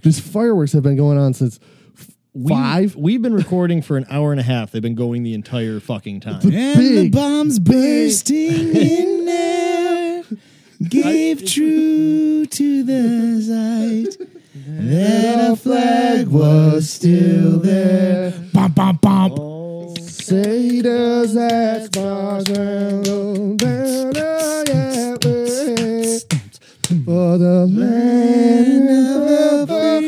Just fireworks have been going on since f- five. We've been recording for an hour and a half. They've been going the entire fucking time. And the Big, bombs bursting in air give true to the sight that a flag was still there. Bump, bump, bump. Oh, Say does that sparkle banner yet wave for the land of the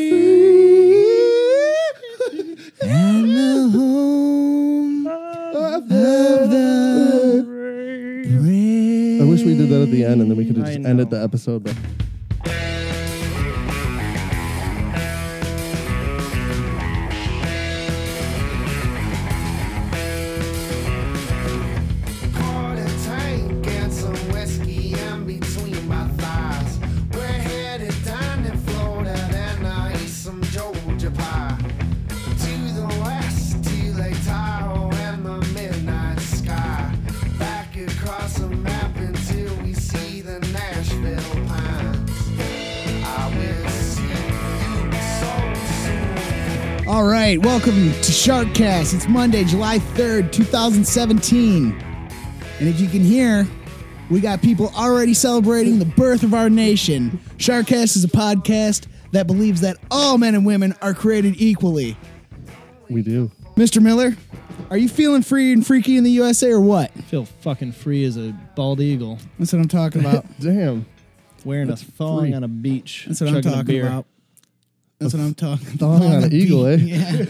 free And the home of of the the brave. I wish we did that at the end and then we could have I just know. ended the episode. But Pour the tank and some whiskey in between my thighs. We're headed down in Florida, then I eat some Georgia pie. To the west, to Lake Tahoe and the midnight sky. Back across the map until we see the Nashville pines. I will see you so soon. All right, welcome to Sharkcast. It's Monday, July 3rd, 2017. And if you can hear, we got people already celebrating the birth of our nation. Sharkcast is a podcast that believes that all men and women are created equally. we do. Mr. Miller, are you feeling free and freaky in the USA or what? I feel fucking free as a bald eagle That's what I'm talking about. Damn. wearing a thong on a beach. That's what I'm chugging a talking beer. about. That's what I'm talking about. Thong on an eagle, eh? Yeah.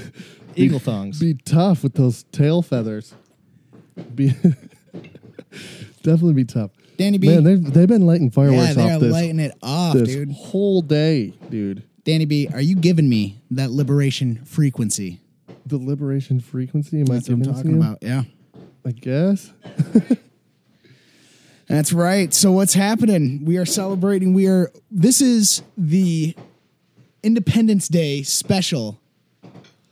Eagle thongs. Be tough with those tail feathers. Be definitely be tough. Danny B. Man, they've, they've been lighting yeah, fireworks they are off this, lighting it off, this dude. whole day, dude. Danny B, are you giving me that liberation frequency? The liberation frequency. Am I That's what I'm giving it to talking you? about. Yeah. I guess. That's right. So what's happening? We are celebrating. We are this is the Independence Day special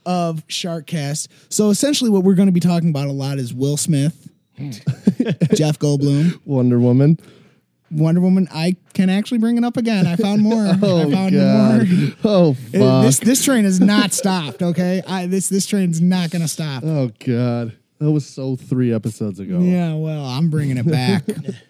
of Sharkcast. So essentially what we're going to be talking about a lot is Will Smith, Jeff Goldblum, Wonder Woman. Wonder Woman. I can actually bring it up again. I found more. Oh I found god. more. Oh It- fuck. This this train is not stopped, okay? I this this train's not going to stop. oh god. That was so three episodes ago. Yeah, well, I'm bringing it back.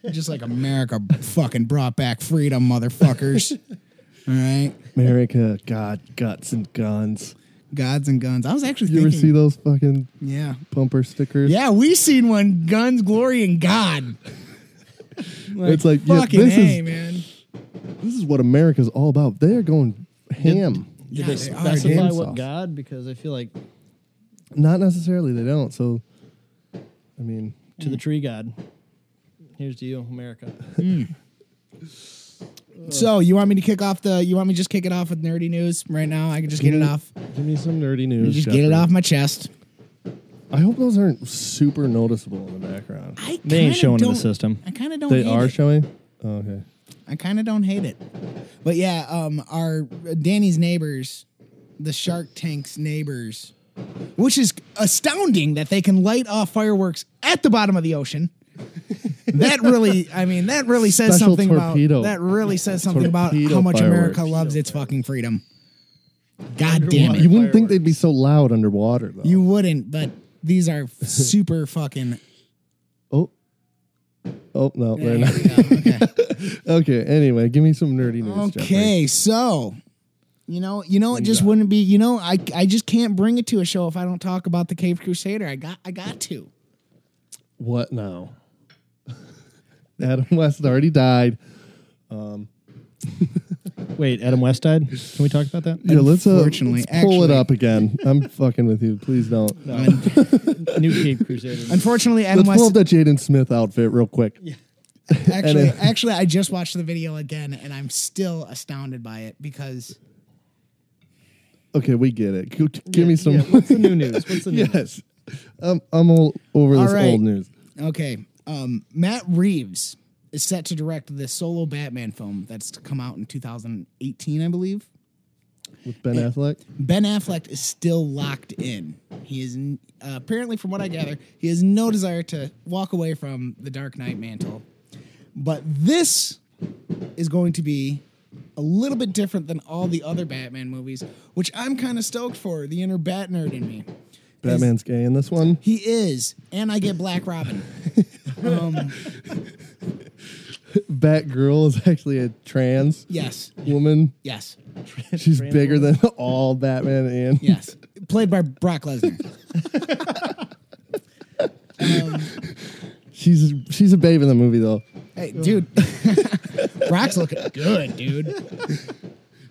Just like America fucking brought back freedom, motherfuckers. All right. America, God, guts and guns. Gods and guns. I was actually You ever thinking. see those fucking yeah. bumper stickers? Yeah, we seen one guns, glory, and God. It's like, yeah, fucking this hey, is- man. This is what America's all about. They are going ham. Did Yeah, they they are, specify dude. what god? Because I feel like Not necessarily they don't. So I mean, to Mm. the tree god. Here's to you, America. So you want me to kick off the? You want me to just kick it off with nerdy news right now? I can just get it off. give me some nerdy news. Just get Jeffrey. it off my chest. I hope those aren't super noticeable in the background. I They kinda ain't showing in the don't- system. I kind of don't. They hate are it. showing? Oh, okay. I kind of don't hate it. But yeah, um, our Danny's neighbors, the Shark Tank's neighbors, which is astounding that they can light off fireworks at the bottom of the ocean. that really, I mean, that really says Special something torpedo. about that really says something about Torpedo how much America fireworks. loves its fucking freedom. God damn You it! wouldn't think they'd be so loud underwater though. You wouldn't, but these are super fucking. Oh. Oh no, they're not. Okay. Okay. Anyway, give me some nerdy news. Jeffrey. Okay, so you know, you know, it just wouldn't be. You know, I I just can't bring it to a show if I don't talk about the Cave Crusader. I got I got to. What now? Adam West already died. Wait, Adam West died. Can we talk about that? Yeah, let's, uh, let's Unfortunately, pull it actually- up again. I'm fucking with you. Please don't. New Cape Crusader. Unfortunately, Adam Let's pull up West. that Jaden Smith outfit real quick. Actually, and, uh, actually, I just watched the video again, and I'm still astounded by it because Okay, we get it. Go- Give me some. Yeah, what's the new news? What's the new news? yes, um, I'm all over All this right. old news. okay, um, Matt Reeves is set to direct the solo Batman film that's to come out in 2018, I believe. With Ben Affleck, Ben Affleck is still locked in. He is n- uh, apparently, from what I gather, he has no desire to walk away from the Dark Knight mantle. But this is going to be a little bit different than all the other Batman movies, which I'm kind of stoked for. The inner Bat nerd in me. Batman's gay in this one. He is, and I get Black Robin. Um, Batgirl is actually a trans Yes, woman. yes, She's bigger than all Batman and yes. Played by Brock Lesnar. she's she's a babe in the movie though. Hey, dude, Brock's looking good, dude.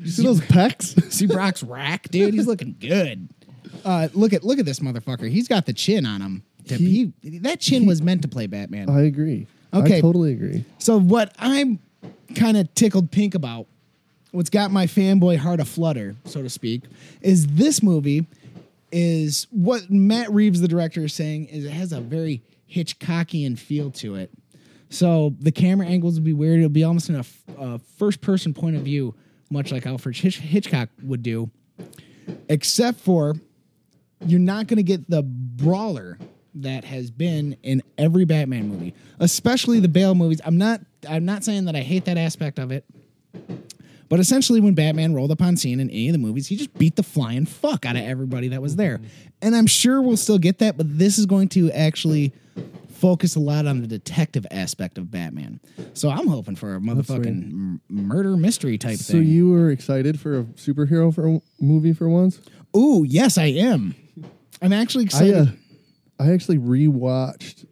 You see those pecs? See Brock's rack, dude. He's looking good. Uh, look at look at this motherfucker. He's got the chin on him. To He- be- that chin was meant to play Batman. I agree. I Okay. totally agree. So what I'm kind of tickled pink about, what's got my fanboy heart aflutter, so to speak, is this movie is what Matt Reeves, the director, is saying is it has a very Hitchcockian feel to it. So the camera angles will be weird. It'll be almost in a f- a first-person point of view, much like Alfred Hitch- Hitchcock would do, except for you're not going to get the brawler that has been in every Batman movie, especially the Bale movies. I'm not I'm not saying that I hate that aspect of it. But essentially when Batman rolled up on scene in any of the movies, he just beat the flying fuck out of everybody that was there. And I'm sure we'll still get that, but this is going to actually focus a lot on the detective aspect of Batman. So I'm hoping for a motherfucking m- murder mystery type So thing. you were excited for a superhero for movie for once? Ooh, yes, I am. I'm actually I excited. uh, I actually rewatched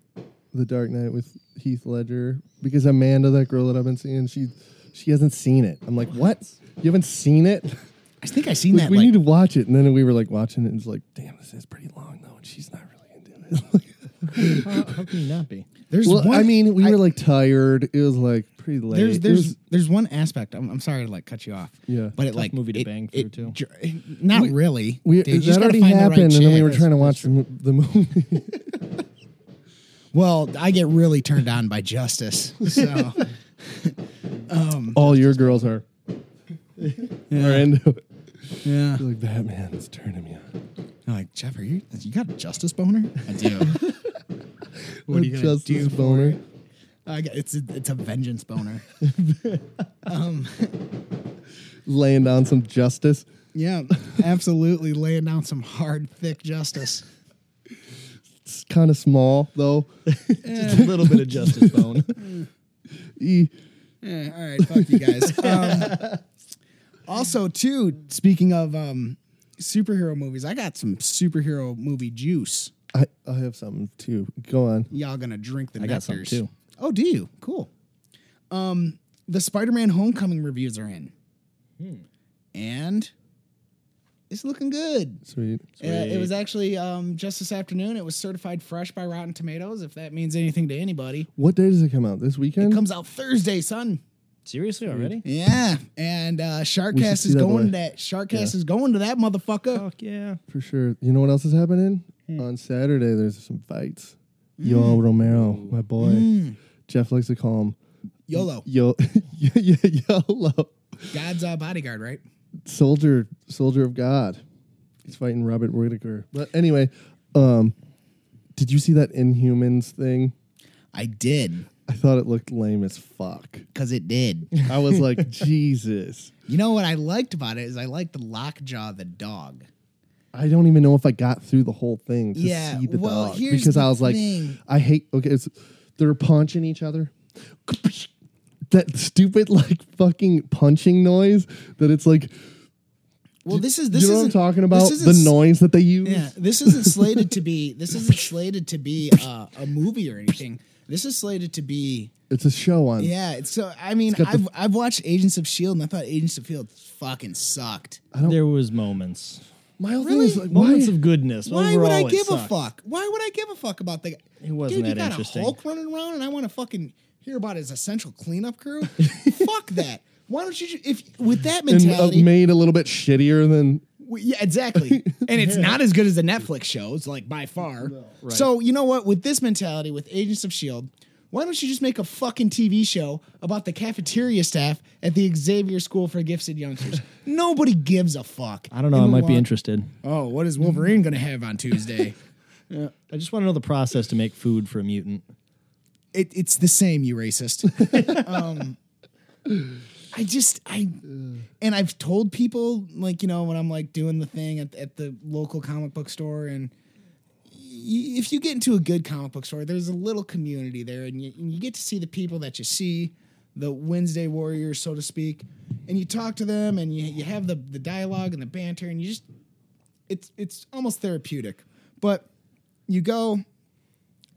The Dark Knight with Heath Ledger because Amanda, that girl that I've been seeing, she she hasn't seen it. I'm like, what? You haven't seen it? I think I seen Like, that we like, need to watch it. And then we were like watching it, and it's like, damn, this is pretty long though, and she's not really into it. How, how can you not be? there's well, one I mean, we I- were like tired. It was like pretty late. there's It there's was- there's one aspect. I'm, I'm sorry to like cut you off. Yeah. but it like movie to it- bang it through, too. j- Not really. we, dude. You just that gotta already find the right happened, and then we shit. were trying to watch the, mo- the movie. Well, I get really turned on by justice. So All your girls are are into it. yeah, You're like Batman is turning me on. I'm like Jeff, are you you got a justice boner? I do. what are you gonna Justice do? boner. I got, it's a, it's a vengeance boner. laying down some justice. yeah, absolutely laying down some hard, thick justice. It's kind of small though. Just Eh, a little bit of justice bone. E- Eh, all right, fuck you guys. Um, also, too, speaking of um, superhero movies, I got some superhero movie juice. I, I have something too. Go on. Y'all gonna drink the I got some, nectars. too. Oh, do you? Cool. Um, the Spider-Man Homecoming reviews are in, Hmm. and it's looking good. Sweet. Uh, it was actually um, just this afternoon. It was certified fresh by Rotten Tomatoes. If that means anything to anybody, What day does it come out? This it weekend? comes out Thursday, son. Seriously already? Yeah, and uh, Sharkcast see is that going boy. to that. Sharkcast is going to that motherfucker. Fuck yeah. For sure. You know what else is happening? On Saturday, there's some fights. Yo Romero, my boy. Jeff likes to call him YOLO, Yo yeah, Yolo. God's uh, bodyguard, right? Soldier Soldier of God. He's fighting Robert Whitaker. But anyway, um did you see that Inhumans thing? I did, I thought it looked lame as fuck. cause it did. I was like, Jesus. you know what I liked about it is I liked Lockjaw the dog. I don't even know if I got through the whole thing to Yeah, see the well, dog here's because the I was like, thing. I hate. Okay, it's, they're punching each other. That stupid like fucking punching noise that it's like Well, this is this you know what I'm isn't- talking this about isn't the s- noise that they use. Yeah, this isn't slated to be. This isn't slated to be uh, a movie or anything. This is slated to be. It's a show on. Yeah, it's so I mean, got the- I've I've watched Agents of Shield and I thought Agents of Shield fucking sucked. There was moments. My whole thing Really? is like, Moments why? of goodness. Why Overall, would I it give a sucked. fuck? Why would I give a fuck about the? It wasn't Dude, you that got interesting. a Hulk running around, and I want to fucking hear about his essential cleanup crew. fuck that. Why don't you? ju- If with that and uh, mentality, made a little bit shittier than we- yeah, exactly. and it's not as good as the Netflix shows, like by far. So you know what? With this mentality, with Agents of Shield, E why don't you just make a fucking TV show about the cafeteria staff at the Xavier School for Gifted Youngsters? Nobody gives a fuck. I don't know. In I the might be long- interested. Oh, what is Wolverine gonna have on Tuesday? I just want to know the process to make food for a mutant. it, it's the same, you racist. um, I just I and I've told people like you know when I'm like doing the thing at, at the local comic book store and y- if you get into a good comic book store there's a little community there and you, and you get to see the people that you see the Wednesday warriors so to speak and you talk to them and you, you have the the dialogue and the banter and you just it's it's almost therapeutic but you go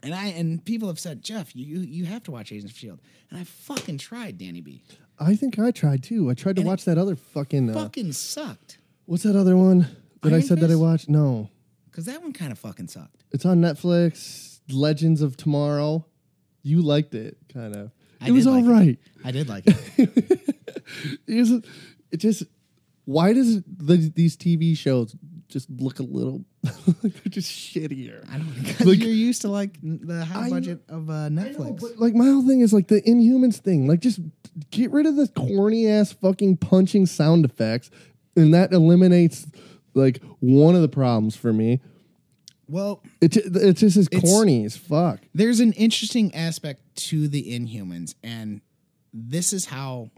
and I and people have said Jeff you you, you have to watch Agents of Shield and I fucking tried Danny B I think I tried too. I tried to And it- watch that other fucking. Uh, fucking sucked What's that other one that I Iron said that I Fist? watched? No, because that one kind of fucking sucked. it's on Netflix. Legends of Tomorrow. You liked it, kind of. I It was did all like it. right. I did like it. It, was, it just. Why does the, these TV shows just look a little? they're just shittier. I don't because Like- you're used to like n- the high I- budget of uh, Netflix. But like my whole thing is like the Inhumans thing. Like just get rid of the corny ass fucking punching sound effects, and that eliminates like one of the problems for me. well, It ju- it's just as It's- corny as fuck. there's an interesting aspect to the Inhumans, and this is how.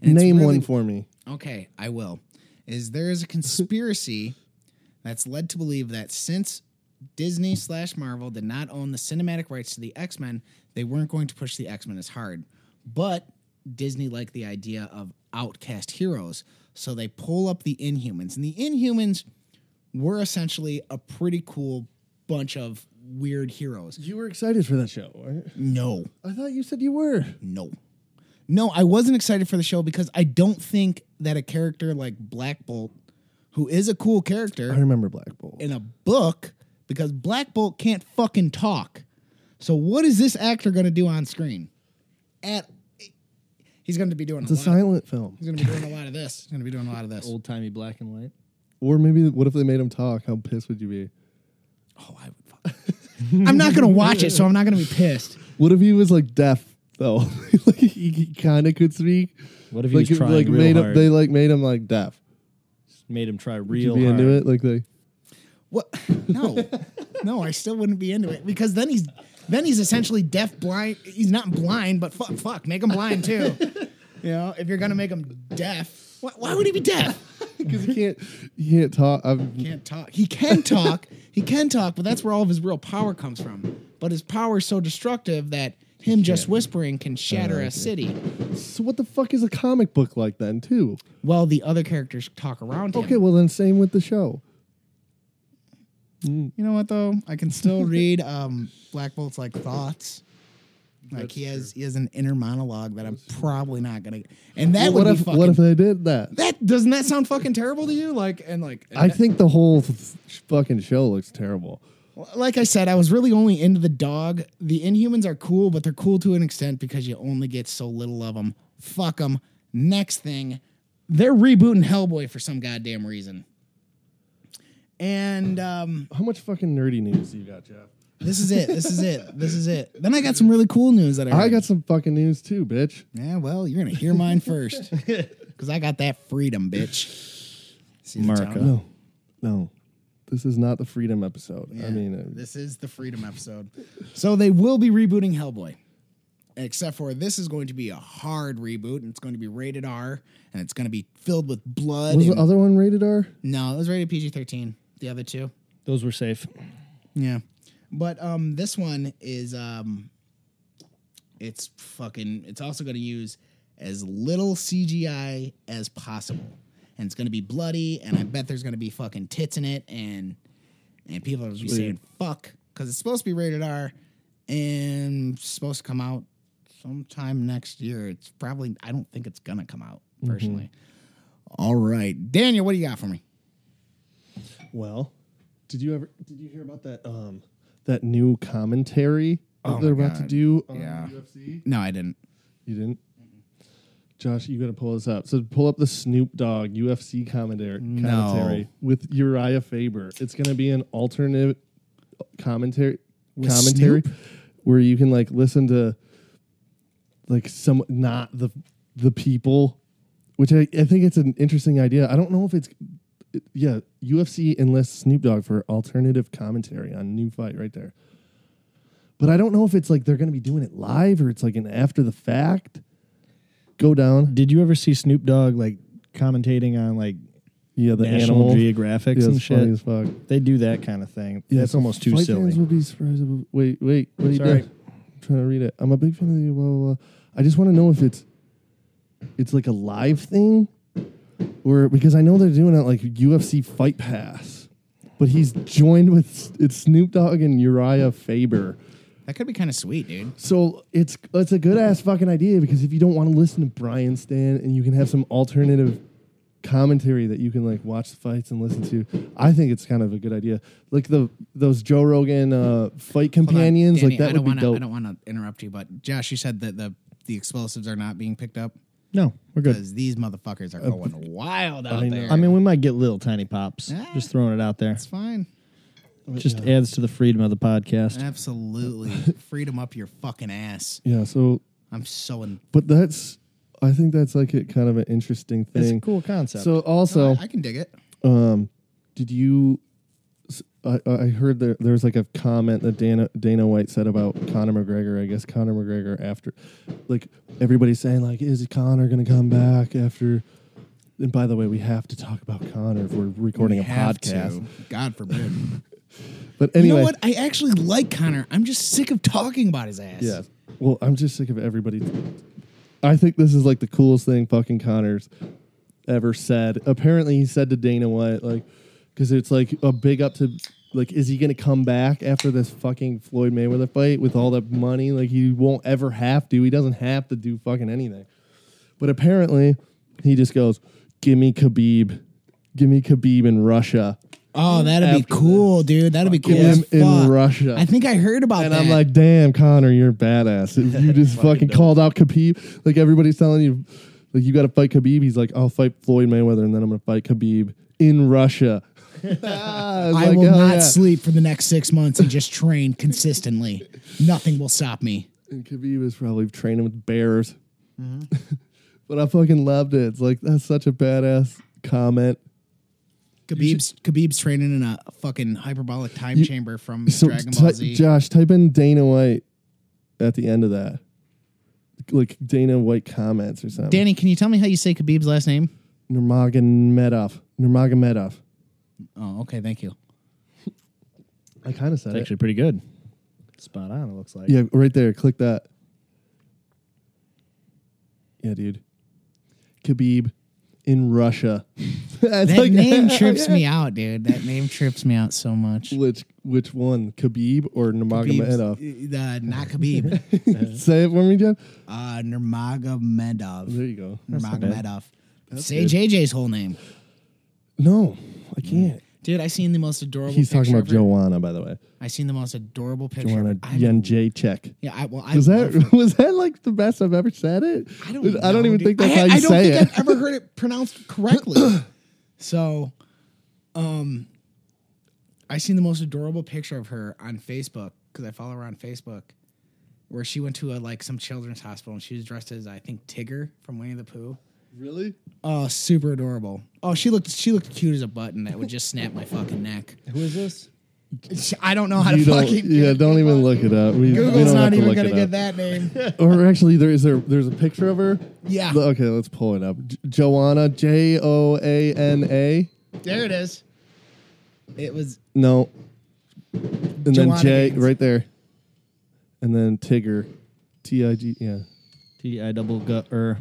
and it's Name really- one for me. Okay, I will. Is there is a conspiracy that's led to believe that since Disney slash Marvel did not own the cinematic rights to the X Men, they weren't going to push the X Men as hard. But Disney liked the idea of outcast heroes, so they pull up the Inhumans, and the Inhumans were essentially a pretty cool bunch of weird heroes. You were excited for that show. right? No, I thought you said you were. no. No, I wasn't excited for the show because I don't think that a character like Black Bolt, who is a cool I character remember Black Bolt. in a book, because Black Bolt can't fucking talk. So what is this actor going to do on screen? At he's going to be doing a It's a lot. silent film. he's going to be doing a lot of this. He's going to be doing a lot of this. Old timey black and white. Or maybe what if they made him talk? How pissed would you be? Oh, I would. Fuck. I'm not going to watch it, so I'm not going to be pissed. What if he was like deaf though? like he, he kind of could speak. What if he like was trying like real made hard? him they like made him like deaf. Made him try Would you real be hard. into it? Like they What? No, no, I still wouldn't be into it because then he's then he's essentially deaf blind. He's not blind, but fuck, fuck, make him blind too. you know, if you're gonna make him deaf, why, why would he be deaf? Because he can't, he can't talk. i Can't talk. He can talk. He can talk, but that's where all of his real power comes from. But his power is so destructive that him just whispering can shatter a city. so what the fuck is a comic book like then, too? While the other characters talk around him. Okay, well then, same with the show. You know what though? I can still read um, Black Bolt's like thoughts. Like he has he has an inner monologue that I'm probably not gonna. And that what would if be fucking. what if they did that? that doesn't that sound fucking terrible to you? Like and like I think the whole f- fucking show looks terrible. like I said, I was really only into the dog. The Inhumans are cool, but they're cool to an extent because you only get so little of them. Fuck them. Next thing, they're rebooting Hellboy for some goddamn reason. And um, How much fucking nerdy news you got, Jeff? this is it. This is it. This is it. Then I got some really cool news that I heard. I got some fucking news too, bitch. Yeah, well, you're gonna hear mine first, cause I got that freedom, bitch. See the America. tone? No, no, this is not the freedom episode. I mean, uh, This is the freedom episode. So they will be rebooting Hellboy, except for this is going to be a hard reboot, and it's going to be rated R, and it's going to be filled with blood. was the and- other one rated R? no, it was rated PG-13. The other two. Those were safe. Yeah. But um this one is um it's fucking it's also going to use as little CGI as possible. And it's going to be bloody and I bet there's going to be fucking tits in it and and people are going to be saying fuck cuz it's supposed to be rated R and it's supposed to come out sometime next year. It's probably I don't think it's going to come out personally. All right. Daniel, what do you got for me? Well, did you ever did you hear about that um that new commentary that Oh my they're about to God. do on Yeah. UFC? No, I didn't. You didn't? Josh, you got to pull this up. So pull up the Snoop Dogg UFC commentary, commentary with Uriah Faber. It's going to be an alternate commentary commentary where you can like listen to like some not the the people, which I, I think it's an interesting idea. I don't know if it's it- yeah, UFC enlists Snoop Dogg for alternative commentary on new fight right there. But I don't know if it's like they're going to be doing it live or it's like an after the fact. go down. Did you ever see Snoop Dogg like commentating on like Yeah, the National animal. Geographics yeah, and it's funny shit? as fuck. They do that kind of thing. Yeah, That's so almost too flight silly. fans will be surprised. if- Wait, wait, what do you Sorry. doing? I'm trying to read it. I'm a big fan of you. Blah blah. blah. I just want to know if it's it's like a live thing, or because I know they're doing it like UFC Fight Pass, but he's joined with S- it's Snoop Dogg and Uriah Faber. That could be kind of sweet, dude. So it's it's a good ass fucking idea because if you don't want to listen to Brian Stan and you can have some alternative commentary that you can like watch the fights and listen to, I think it's kind of a good idea. Like the those Joe Rogan uh, fight Hold on, companions, Danny, like that I would don't be wanna, dope. I don't want to interrupt you, but Josh, you said that the the explosives are not being picked up no, we're good. because these motherfuckers are going wild out Uh, I know. there. I mean, we might get little tiny pops. Ah. Just throwing it out there. it's fine. Just adds to the freedom of the podcast. Absolutely, freedom up your fucking ass. yeah. So, I'm so in. but that's I think that's like a kind of an interesting thing. It's a cool concept. So also, I, I can dig it. did you? s- I, I heard there, there was like a comment that Dana Dana White said about Conor McGregor. I guess Conor McGregor after, like everybody's saying, like, is Conor going to come back after? And by the way, we have to talk about Conor if we're recording We a have podcast. to. God forbid. But anyway, You know what? I actually like Connor. I'm just sick of talking about his ass. yeah. Well, I'm just sick of everybody. I think this is like the coolest thing fucking Connor's ever said. Apparently, he said to Dana White, like, because it's like a big up to, like, is he going to come back after this fucking Floyd Mayweather fight with all that money? Like, he won't ever have to. He doesn't have to do fucking anything. But apparently, he just goes, give me Khabib. Give me Khabib in Russia. Oh, that'd After be cool, dude. That'd be cool. Him as in fuck. Russia. I think I heard about And that. I'm like, damn, Connor, you're a badass. If you just fucking called out Khabib, like everybody's telling you, like you got to fight Khabib. He's like, I'll fight Floyd Mayweather, and then I'm gonna fight Khabib in Russia. I, was I like, will "Hell not yeah." sleep for the next six months and just train consistently. Nothing will stop me. And Khabib is probably training with bears. but I fucking loved it. It's like that's such a badass comment. Khabib's Khabib's training in a fucking hyperbolic time chamber from So Dragon Ball ty- Z. Josh, type in Dana White at the end of that, like Dana White comments or something. Danny, can you tell me how you say Khabib's last name? Nurmagomedov. Nurmagomedov. Oh, okay, thank you. I kind of said It's it. actually pretty good. Spot on, it looks like. Yeah, right there. Click that. Yeah, dude. Khabib in Russia. It's That like- name trips me out, dude. That name trips me out so much. Which which one, Khabib or Nurmagomedov? Khabib's- Uh, not Khabib. Say it for me, Jeff. uh, Nurmagomedov. There you go. Nurmagomedov. Say JJ's whole name. No, I can't. Dude, I seen the most adorable He's talking picture about of her. Joanna, by the way. I seen the most adorable picture. Joanna of her. I- Janjacek. Yeah, I, well, I Was love that was that like the best I've ever said it? I don't. I don't know, even think dude. that's I, how you I don't say think it. I've ever heard it pronounced correctly. so, um, I seen the most adorable picture of her on Facebook because I follow her on Facebook, where she went to a like some children's hospital and she was dressed as I think Tigger from Winnie the Pooh. Really? Oh, super adorable. Oh, she looked she looked cute as a button that would just snap my fucking neck. Who is this? I don't know how You to don't, fucking. yeah, don't even look it up. We, we Google's don't have not to even look gonna it get up. that name. or actually, there is there there's a picture of her. Yeah. L- Okay, let's pull it up. J- Joanna J O A N A. there it is. It was No. And Joanna then J Gaines. right there. And then Tigger, T I G. Yeah. T I double gut er.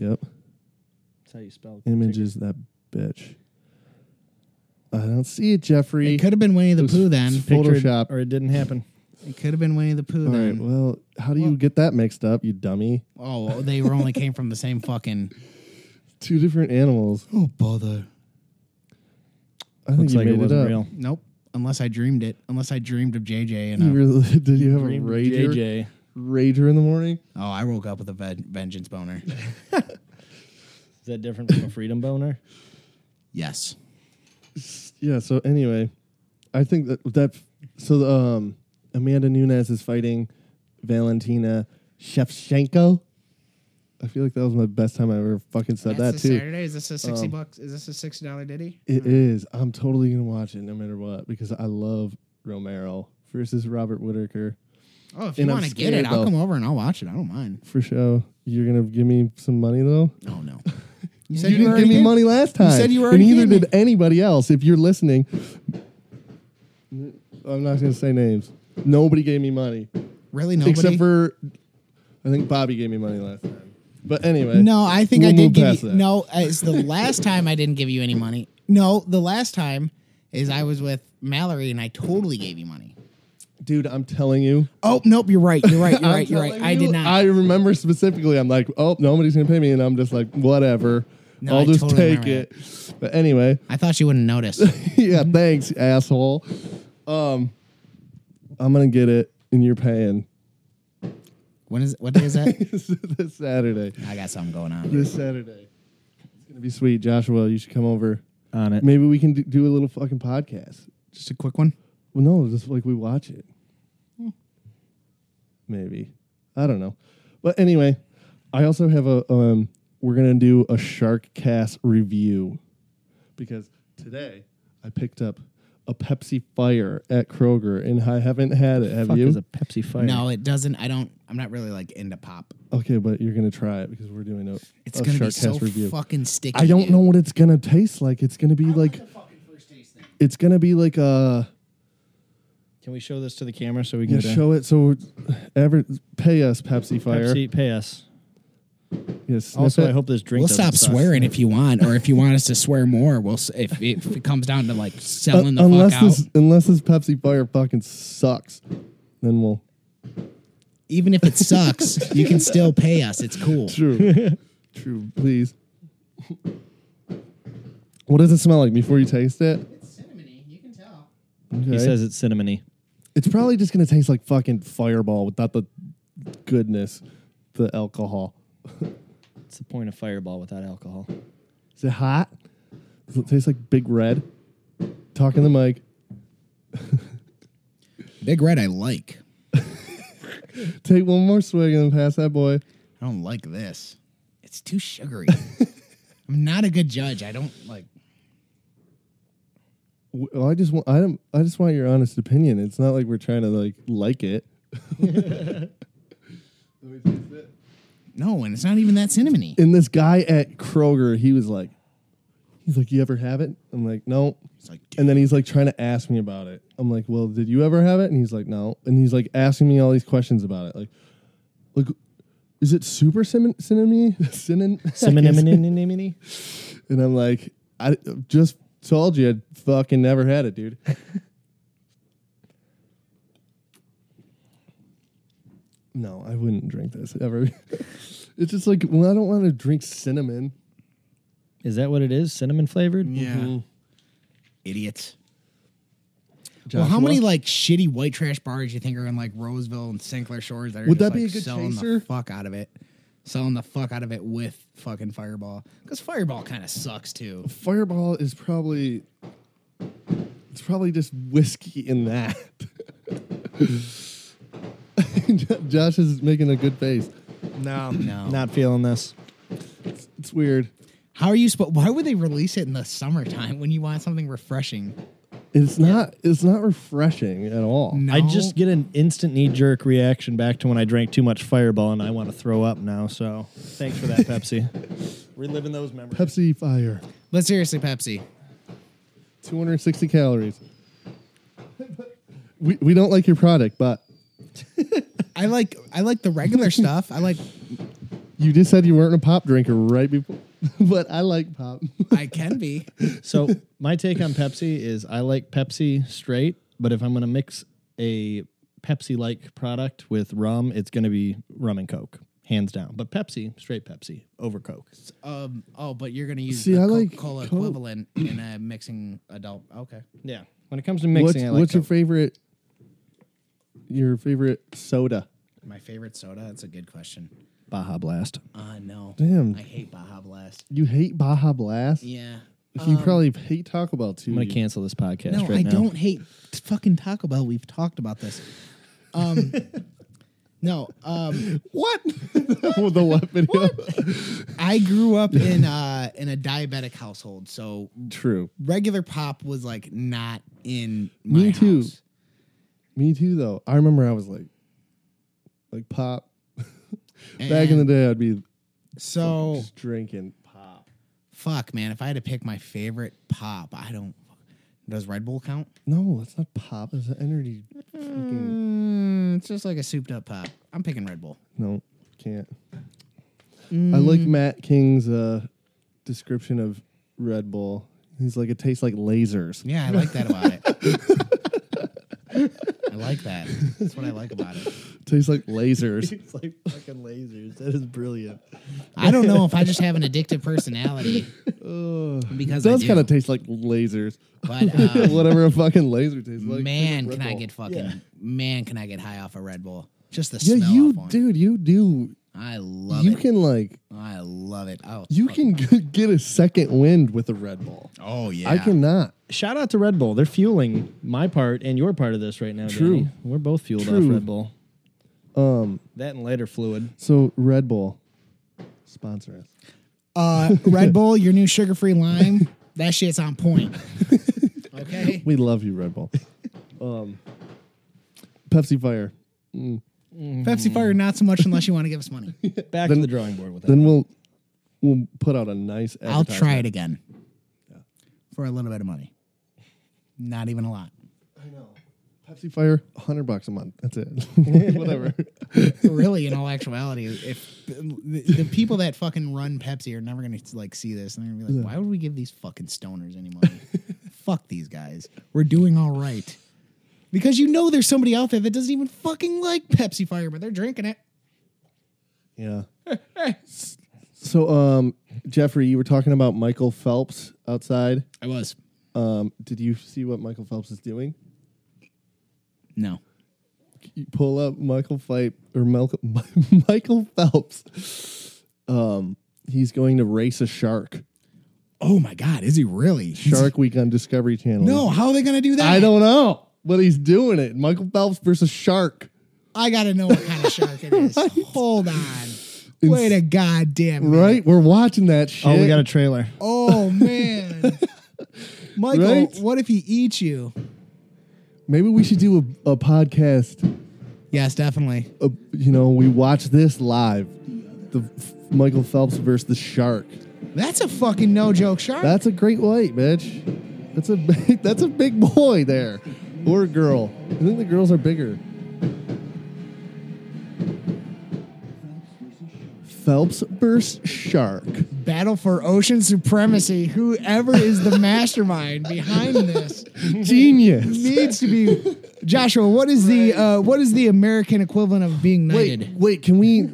Yep. That's how you spell Images that bitch. I don't see it, Jeffrey. It could have been Winnie the It was Pooh then. Photoshop. Or it didn't happen. It could have been Winnie the Pooh All right. then. Well, how do you get that mixed up, you dummy? Oh, well, they were only came from the same fucking. Two different animals. Oh bother! I think Looks you like made it wasn't up. real. Nope. Unless I dreamed it. Unless I dreamed of JJ and You uh, really, did you have a Dream rager, JJ. rager in the morning? oh, I woke up with a ven- vengeance boner. Is that different from a freedom boner? yes. Yeah. So anyway, I think that that so um, Amanda Nunes is fighting Valentina Shevchenko. I feel like that was my best time I ever fucking said that too. Um, Saturday. Is this a sixty bucks? Is this a sixty dollar ditty? It is. I'm totally gonna watch it no matter what because I love Romero versus Robert Whitaker. Oh, if you And I'm want to get it, scared, I'll though. come over and I'll watch it. I don't mind. for show. You're gonna give me some money though. Oh no. You You, didn't already give me did. money last time. said you already and neither gave did anybody else. If you're listening, I'm not gonna say names. Nobody gave me money Really? Nobody? except for I think Bobby gave me money last time. But anyway, No, I think we'll I did move give past you. that. No, it's the last time I didn't give you any money. no, the last time is I was with Mallory and I totally gave you money. dude, I'm telling you, Oh nope, you're right. You're right. You're I'm right. You're right. telling I did you, not. I remember specifically. I'm like, oh, nobody's gonna pay me, and I'm just like, whatever. No, I'll I just totally take remember it. But anyway, I thought you wouldn't notice. yeah, thanks, asshole. Um, I'm gonna get it, and you're paying when is what day is that? this Saturday. I got something going on. This Saturday, it's gonna be sweet, Joshua. You should come over. on it. Maybe we can do, do a little fucking podcast. Just a quick one. Well, no, just like we watch it. Hmm. Maybe I don't know, but anyway, I also have a. Um, we're gonna do a Shark Cast review because today I picked up a Pepsi Fire at Kroger and I haven't had it. Have Fuck you? is a Pepsi fire? No, it doesn't. I don't. I'm not really like into pop. Okay, but you're gonna try it because we're doing a, It's a gonna be Oh, Shark so Cast review. fucking sticky. I don't dude. know what it's gonna taste like. It's gonna be like, it's gonna be like uh, a Can we show this to the camera so we yeah, can get a- show it. So ever pay us Pepsi Fire. Pepsi pay us? Yes. Also, I hope this drink. We'll doesn't stop suck. swearing if you want, or if you want us to swear more, we'll. s- If if it comes down to like selling the unless fuck out, this unless this Pepsi Fire fucking sucks, then we'll. even if it sucks, you can still pay us. It's cool. True. True. Please. What does it smell like before you taste it? It's cinnamony. You can tell. Okay. He says it's cinnamony. it's probably just gonna taste like fucking Fireball without the goodness, the alcohol. It's the point of Fireball without alcohol. Is it hot? Does it taste like Big Red? Talking the mic. Big Red, I like. Take one more swig and then pass that boy. I don't like this. It's too sugary. I'm not a good judge. I don't like. Well, I just want I don't I just want your honest opinion. It's not like we're trying to like like it. No, and it's not even that cinnamony. And this guy at Kroger, he was like, he's like, you ever have it? I'm like, no. It's like, dude, And then he's like trying to ask me about it. I'm like, well, did you ever have it? And he's like, no. And he's like asking me all these questions about it. Like, like, is it super cinnamon? Cinnamon? Cinnamon? Cinnamony. And I'm like, I just told you I fucking never had it, dude. no, I wouldn't drink this ever. it's just like, well, I don't want to drink cinnamon. Is that what it is? Cinnamon flavored? Yeah. Mm-hmm. Mm. idiots. Joshua? Well, how many like shitty white trash bars you think are in like Roseville and St. Clair Shores that are Would just, that be like, a good selling chaser? the fuck out of it? Selling the fuck out of it with fucking Fireball. Because Fireball kind of sucks too. Fireball is probably it's probably just whiskey in that. Josh is making a good face. No, No. Not feeling this. It's weird. How are you supposed why would they release it in the summertime when you want something refreshing? It's not it's not refreshing at all. No. I just get an instant knee jerk reaction back to when I drank too much Fireball and I want to throw up now. So thanks for that, Pepsi. Reliving those memories. Pepsi Fire. But seriously, Pepsi. 260 calories. We, we don't like your product, but I like I like the regular stuff. I like you just said you weren't a pop drinker right before. but I like pop. I can be. So my take on Pepsi is I like Pepsi straight, but if I'm going to mix a Pepsi-like product with rum, it's going to be rum and Coke, hands down. But Pepsi, straight Pepsi over Coke. Um oh, but you're gonna use See, the I like Coca-Cola Coke. equivalent in a mixing adult. Okay. Yeah. When it comes to what's mixing, I like what's your Coke. favorite your favorite soda? My favorite soda? That's a good question. Baja Blast. Uh no. Damn. I hate Baja Blast. You hate Baja Blast? Yeah. You probably hate Taco Bell too. I'm going you- to cancel this podcast No, right I now. don't hate t- fucking Taco Bell. We've talked about this. Um No, um What? With the what video? I grew up in uh in a diabetic household, so True. regular pop was like not in my Me too. house. Me too, though. I remember I was like, like pop. Back in the day, I'd be So just drinking pop. fuck, man. If I had to pick my favorite pop, I don't. Does Red Bull count? No, that's not pop. It's an energy. Fucking, Mm, it's just like a souped up pop. I'm picking Red Bull. no, can't. I like Matt King's uh, description of Red Bull. He's like, it tastes like lasers. Yeah, I like that about it. I like that. That's what I like about it. It tastes like lasers. It's like fucking lasers. That is brilliant. I don't know if I just have an addictive personality it because I does do. kind of taste like lasers. but uh, Whatever a fucking laser tastes like. man, Red can I Bull. get fucking man? Can I get high off a Red Bull? Just the Yeah, smell. you, off one. dude, you do. I love you it. can like, I love it. Oh, you can get a second wind with a Red Bull. Oh yeah. I cannot. Shout out to Red Bull. They're fueling my part and your part of this right now. True. Danny. We're both fueled True. off Red Bull. Um, that and lighter fluid. So Red Bull sponsor us. Uh, Red Bull, your new sugar free lime. That shit's on point. Okay. We love you, Red Bull. um, Pepsi Fire. Pepsi Fire, not so much unless you want to give us money. Back to the drawing board with that. Then we'll we'll put out a nice. I'll try advertisement. it again for a little bit of money. Not even a lot. Pepsi Fire, hundred bucks a month. That's it. Whatever. really, in all actuality, if the, the people that fucking run Pepsi are never gonna like see this, and they're gonna be like, "Why would we give these fucking stoners any money? Fuck these guys. We're doing all right." Because you know there's somebody out there that doesn't even fucking like Pepsi Fire, but they're drinking it. Yeah. S- so, um, Jeffrey, you were talking about Michael Phelps outside. I was. Um, did you see what Michael Phelps is doing? No. You pull up Michael Phelps or Malco- Michael Phelps. Um, he's going to race a shark. Oh my god, is he really? Shark Week on Discovery Channel. No, how are they gonna do that? I don't know, but he's doing it. Michael Phelps versus shark. I gotta know what kind of shark it is. Hold on. Wait a goddamn minute. Right? We're watching that shit. Oh, we got a trailer. Oh man. Michael, Right? what if he eats you? Maybe we should do a, a podcast. Yes, definitely. uh you know, we watch this live. The f- Michael Phelps versus the shark. That's a fucking no joke shark. That's a great white, bitch. That's a big, that's a big boy there, or a girl. I think the girls are bigger. Phelps versus shark. Battle for ocean supremacy. Whoever is the mastermind behind this Genius. needs to be Joshua. What is the uh, what is the American equivalent of being knighted? Wait, wait. Can we?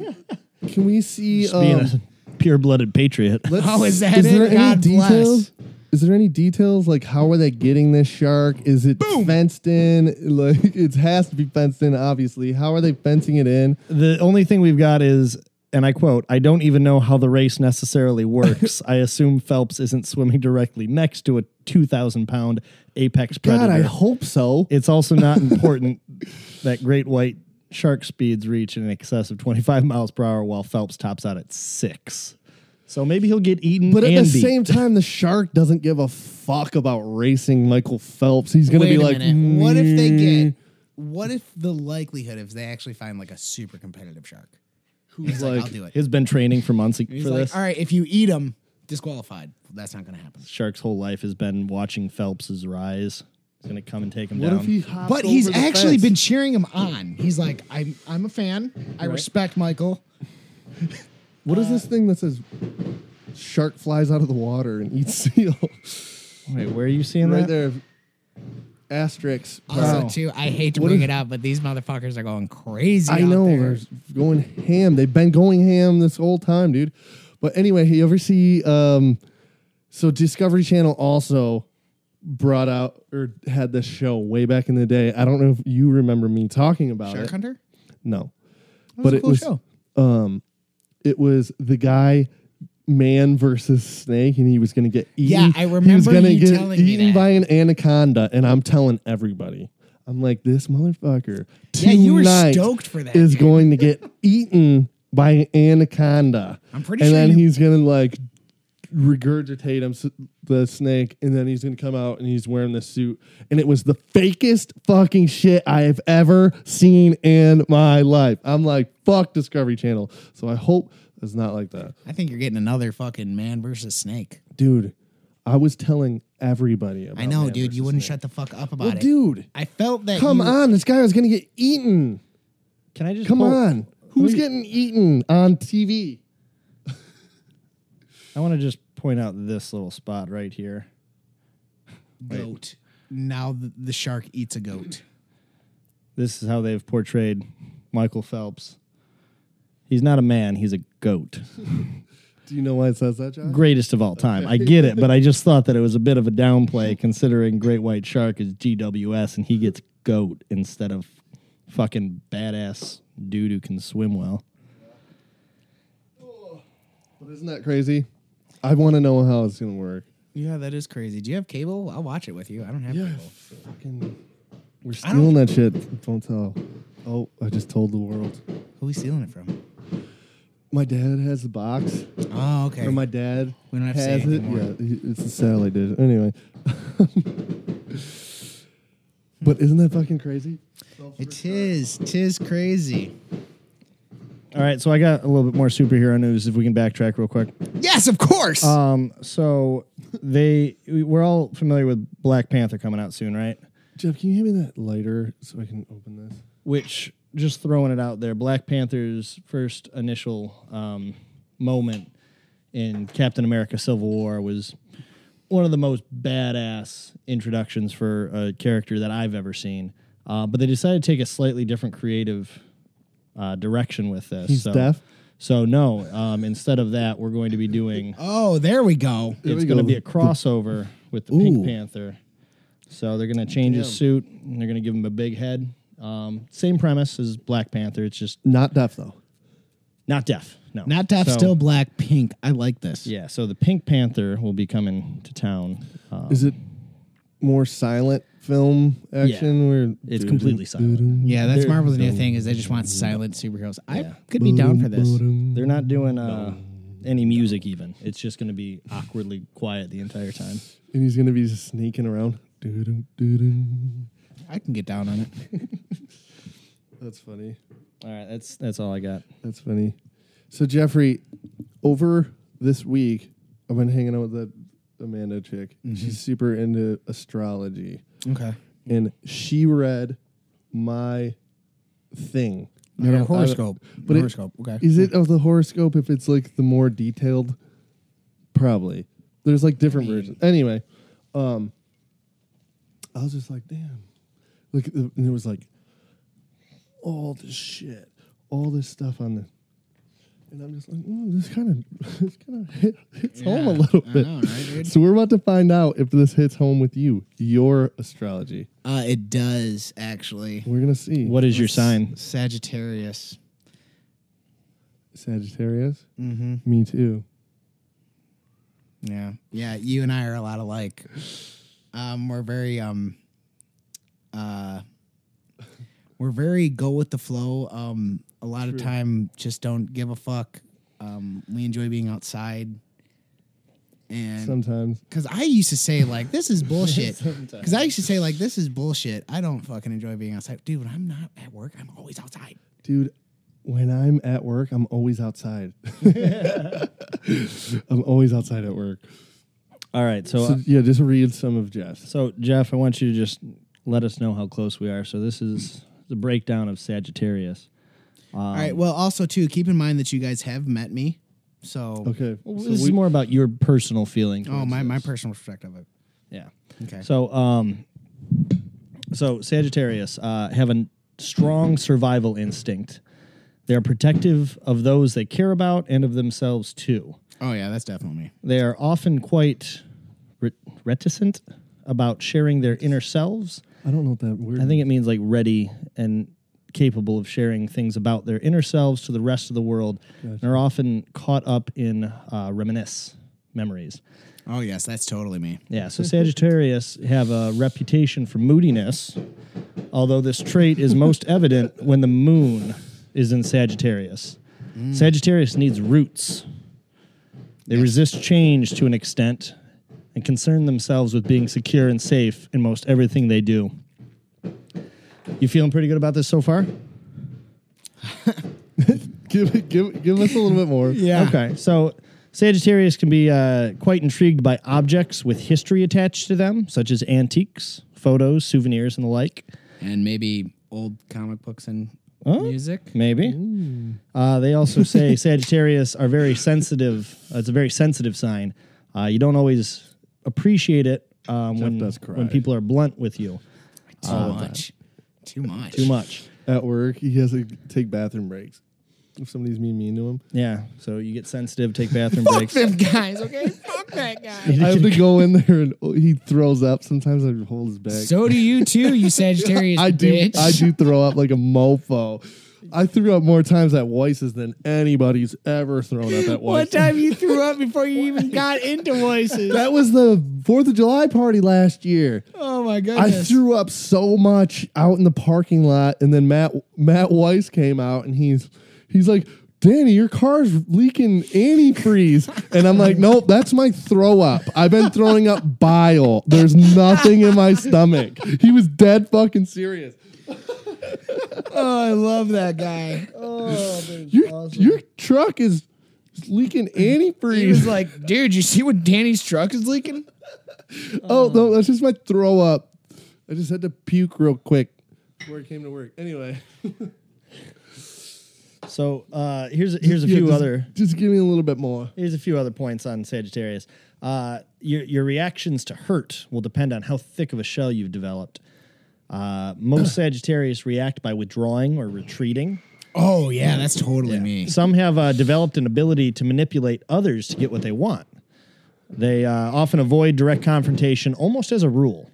Can we see? Um, Being a pure-blooded patriot. let's- Oh, is that it? there any God bless. details? Is there any details? Like, how are they getting this shark? Is it fenced in? Like, it has to be fenced in, obviously. How are they fencing it in? The only thing we've got is, and I quote, I don't even know how the race necessarily works. I assume Phelps isn't swimming directly next to a 2,000 pound apex predator. God, I hope so. it's also not important that great white shark speeds reach in excess of 25 miles per hour while Phelps tops out at six. So maybe he'll get eaten. But at and the beat. same time, the shark doesn't give a fuck about racing Michael Phelps. He's gonna Wait be a like, minute. what if they "Mm." get? What if the likelihood if they actually find like a super competitive shark? Who's Like, like, I'll do it. he's been training for months He's for like, this. all right, if you eat him, disqualified. That's not gonna happen. Shark's whole life has been watching Phelps's rise. He's gonna come and take him What down. if he? Hops But he's over the actually fence? been cheering him on. He's like, I'm I'm a fan. I respect Michael. What is this thing that says shark flies out of the water and eats seal? Wait, where are you seeing right that? there, asterisk. Also, Wow. too, I hate to What bring is- it up, but these motherfuckers are going crazy. I out know there. they're going ham. They've been going ham this whole time, dude. But anyway, you ever see? Um, so Discovery Channel also brought out or had this show way back in the day. I don't know if you remember me talking about Shark it. Hunter. No, was a cool show. um, it was the guy man versus snake, and he was going to get eaten. Yeah, I He was remember gonna you get telling me eaten that. by an anaconda, and I'm telling everybody. I'm like, this motherfucker Yeah, you were tonight stoked for that, is dude. going to get eaten by an anaconda. I'm pretty and sure then you- he's going to like regurgitate him, s- the snake, and then he's gonna come out and he's wearing this suit. And it was the fakest fucking shit I have ever seen in my life. I'm like, fuck Discovery Channel. So I hope it's not like that. I think you're getting another fucking man versus snake. Dude, I was telling everybody about I know, Man dude. vs. You wouldn't Snake. shut the fuck up about Well, it. dude, I felt that. come you- on. This guy was gonna get eaten. Can I just Come pull- on. Who's getting eaten on TV? I want to just point out this little spot right here. Goat. Now the, the shark eats a goat. This is how they've portrayed Michael Phelps. He's not a man, he's a goat. Do you know why it says that, John? Greatest of all time. I get it, but I just thought that it was a bit of a downplay considering Great White Shark is GWS and he gets goat instead of fucking badass dude who can swim well. But isn't that crazy? I want to know how it's gonna work. Yeah, that is crazy. Do you have cable? I'll watch it with you. I don't have cable. Fucking, we're stealing that shit. Don't tell. Oh, I just told the world. Who are we stealing it from? My dad has the box, Oh, okay. or my dad We don't have to say has it it. anymore. Yeah, he- it's the satellite did it. Anyway, but isn't that fucking crazy? it is. Tis crazy. All right, so I got a little bit more superhero news if we can backtrack real quick. Yes, of course. Uh, Um, so they we're all familiar with Black Panther coming out soon, right? Jeff, can you hand me that lighter so I can open this? Which just throwing it out there, Black Panther's first initial um, moment in Captain America: Civil War was one of the most badass introductions for a character that I've ever seen. Uh, but they decided to take a slightly different creative uh, direction with this. He's so, deaf? So no, um, instead of that, we're going to be doing oh, there we go. it's we going go. to be a crossover with the Pink Ooh. Panther. So they're going to change his Damn. suit and they're going to give him a big head. Um, same premise as Black Panther. It's just Not deaf though. Oh. not deaf. No, Not deaf, So- still black, pink. I like this. Yeah. So the Pink Panther will be coming to town. Uh, Is it more silent film action? Where it's completely silent. Yeah, that's Marvel's new thing is they just want silent superheroes. I could be down for this. They're not doing uh, any music even. It's just going to be awkwardly quiet the entire time. and he's gonna be just sneaking around. Doo-doo, doo-doo. I can get down on it. That's funny. All right. That's that's all I got. That's funny. So Jeffrey, over this week, I've been hanging out with that Amanda chick. Mm-hmm. She's super into astrology, Okay. and she read my thing. I Your don't- I don't- horoscope. but it- horoscope. okay. Is it of the horoscope if it's like the more detailed? Probably. There's like different versions. Anyway, um, I was just like, damn. Look, at the, and it was like all this shit, all this stuff on this. And I'm just like, mm, this kind of, this kind of hit, hits home a little I bit. know, right, dude? So we're about to find out if this hits home with you, your astrology. Uh, it does actually. We're gonna see. What is your sign? Sagittarius. Sagittarius? Mm-hmm. Me too. Yeah. Yeah, you and I are a lot alike. Um, we're very um uh we're very go with the flow. Um a lot of time just don't give a fuck. Um we enjoy being outside. And Sometimes. because I used to say like this is bullshit. Because I used to say like this is bullshit. I don't fucking enjoy being outside, dude. When I'm not at work, I'm always outside. dude when i'm at work i'm always outside i'm always outside at work All right. So, uh, so yeah just read some of jeff's So, Jeff, I want you to just let us know how close we are. So, this is the breakdown of Sagittarius. All right. Well, also too, keep in mind that you guys have met me, so okay so this is we- more about your personal feelings. Oh, my my personal perspective of it. Yeah. Okay. So, um, so Sagittarius uh, have a n- strong survival instinct. They are protective of those they care about and of themselves too. Oh yeah, that's definitely me. They are often quite re- reticent about sharing their inner selves i don't know what that word I think it means like ready and capable of sharing things about their inner selves to the rest of the world and are often caught up in uh, reminisce memories. Oh yes, that's totally me. Yeah, so Sagittarius have a reputation for moodiness, although this trait is most evident when the moon is in Sagittarius. Sagittarius needs roots. They resist change to an extent and concern themselves with being secure and safe in most everything they do. You feeling pretty good about this so far? give, give, give us a little bit more. Yeah. Okay. So Sagittarius can be uh, quite intrigued by objects with history attached to them, such as antiques, photos, souvenirs, and the like. and maybe old comic books and music. Maybe. Uh, they also say Sagittarius are very sensitive. Uh, it's a very sensitive sign. Uh, you don't always appreciate it um, when, does cry. when people are blunt with you Too much. Too much. too much. At work, he has to take bathroom breaks. If somebody's mean mean to him, Yeah. So you get sensitive, take bathroom Fuck breaks. them guys, okay? Fuck that guy. I have to go in there and oh, he throws up. Sometimes I hold his back. So do you too, you Sagittarius I do. bitch. I do throw up like a mofo. I threw up more times at Weiss's than anybody's ever thrown up at One Weiss's. time you threw up before you even got into voices. That was the Fourth of July party last year. Oh my I goodness. threw up so much out in the parking lot, and then Matt Matt Weiss came out, and he's he's like, "Danny, your car's leaking antifreeze," and I'm like, "Nope, that's my throw up. I've been throwing up bile. There's nothing in my stomach." He was dead fucking serious. oh, I love that guy. Your your truck is leaking antifreeze. He was uh, like, dude, you see what Danny's truck is leaking? oh no, that's just my throw up. I just had to puke real quick before I came to work. Anyway. So uh, here's here's a Yeah, few just- other Just give me a little bit more. Here's a few other points on Sagittarius. Uh, your, your reactions to hurt will depend on how thick of a shell you've developed. Uh, most Sagittarius react by withdrawing or retreating. Oh yeah, that's totally me. Some have uh, developed an ability to manipulate others to get what they want. They uh, often avoid direct confrontation almost as a rule.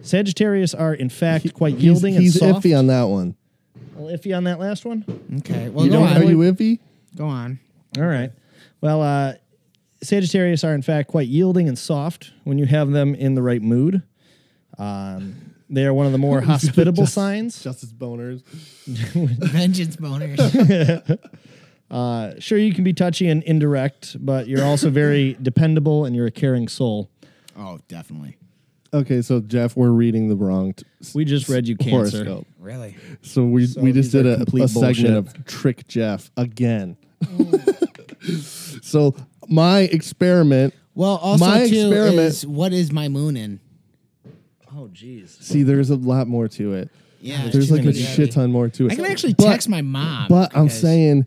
Sagittarius are, in fact, quite yielding he's and soft. iffy on that one. Well, iffy on that last one? Okay. Well, You go don't- on. are you iffy? go on. All right. Well, uh, Sagittarius are in fact quite yielding and soft when you have them in the right mood. Um, they are one of the more hospitable signs. Justice boners. vengeance boners. Sure, you can be touchy and indirect, but you're also very dependable and you're a caring soul. Oh, definitely. Okay, so Jeff, we're reading the wrong t- We just read you cancer. horoscope. Really? So we we just these did are a, complete a segment bullshit. Oh. of trick Jeff again. so my experiment. well, also My too experiment- is what is my moon in? Oh, jeez. See, there's a lot more to it. Yeah, there's she's like gonna a be shit ton more to it. I can actually But- text my mom. But I'm because- saying,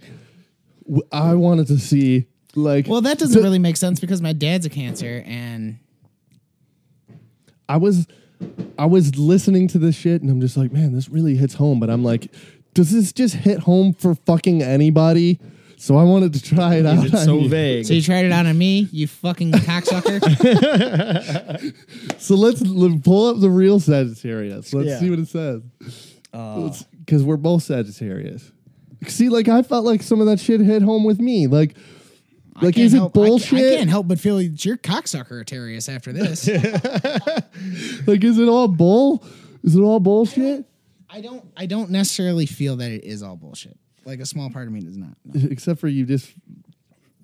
w- I wanted to see like. Well, that doesn't the- really make sense because my dad's a cancer and I was I was listening to this shit and I'm just like, man, this really hits home. But I'm like, does this just hit home for fucking anybody? So I wanted to try it out. It's on so you. vague. so you tried it out on me, you fucking cocksucker. So let's l- pull up the real Sagittarius. Let's Yeah. see what it says. Uh. Because we're both Sagittarius. See, like I felt like some of that shit hit home with me. Like, like Can't is it help- I ca- bullshit? I, can't help but feel that you're cocksucker Terrius after this. Like, is it all bull? Is it all bullshit? I don't I don't necessarily feel that it is all bullshit. Like a small part of me does not. No. Except for you just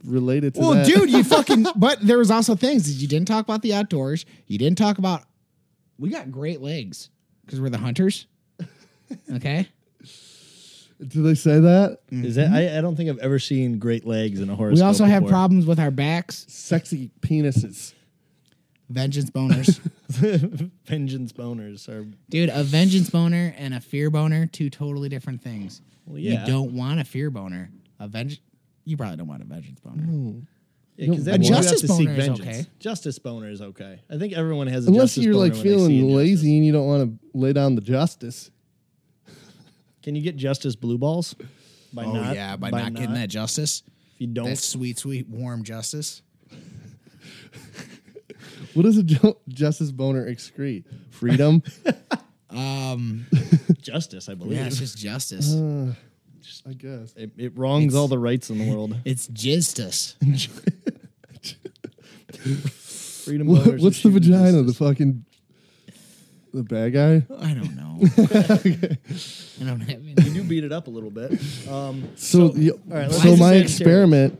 related to Well, that. dude, you fucking. But there was also things that you didn't talk about the outdoors. You didn't talk about. We got great legs because we're the hunters. Okay. do they say that? Is that, I, I don't think I've ever seen great legs in a horoscope. We also have before. problems with our backs. Sexy penises. Vengeance boners, Vengeance boners are. dude. A vengeance boner and a fear boner, two totally different things. Well, yeah. You don't want a fear boner. A vengeance. You probably don't want a vengeance boner. Yeah, 'cause A then you have justice to seek boner is vengeance. okay. Justice boner is okay. I think everyone has a Unless justice you're boner like when they see feeling injustice. lazy and you don't want to lay down the justice. Can you get justice blue balls? By Oh yeah, by, not, getting that justice, If you don't, that sweet, sweet warm justice. What does a ju- justice boner excrete? Freedom. Um, justice, I believe. yeah, it's just justice. I guess. It, it wrongs all the rights in the world. It's justice. Freedom What- boners are what's the shooting vagina? justice. The fucking the bad guy. I don't know. I don't have any. You do beat it up a little bit. Um, So, y- all right, let's- so my Why is it Sagittarius? experiment,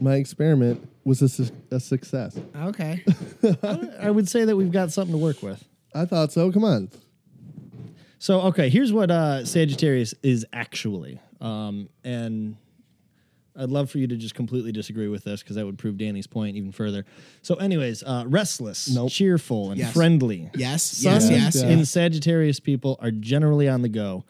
my experiment was a, su- a success. Okay. I would say that we've got something to work with. I thought so. Come on. So okay, here's what uh, Sagittarius is actually, um, and I'd love for you to just completely disagree with this because that would prove Danny's point even further. So, anyways, uh, restless, cheerful, and Yes. friendly. Yes. Sun Yes. Yes. Yeah. and Sagittarius people are generally on the go.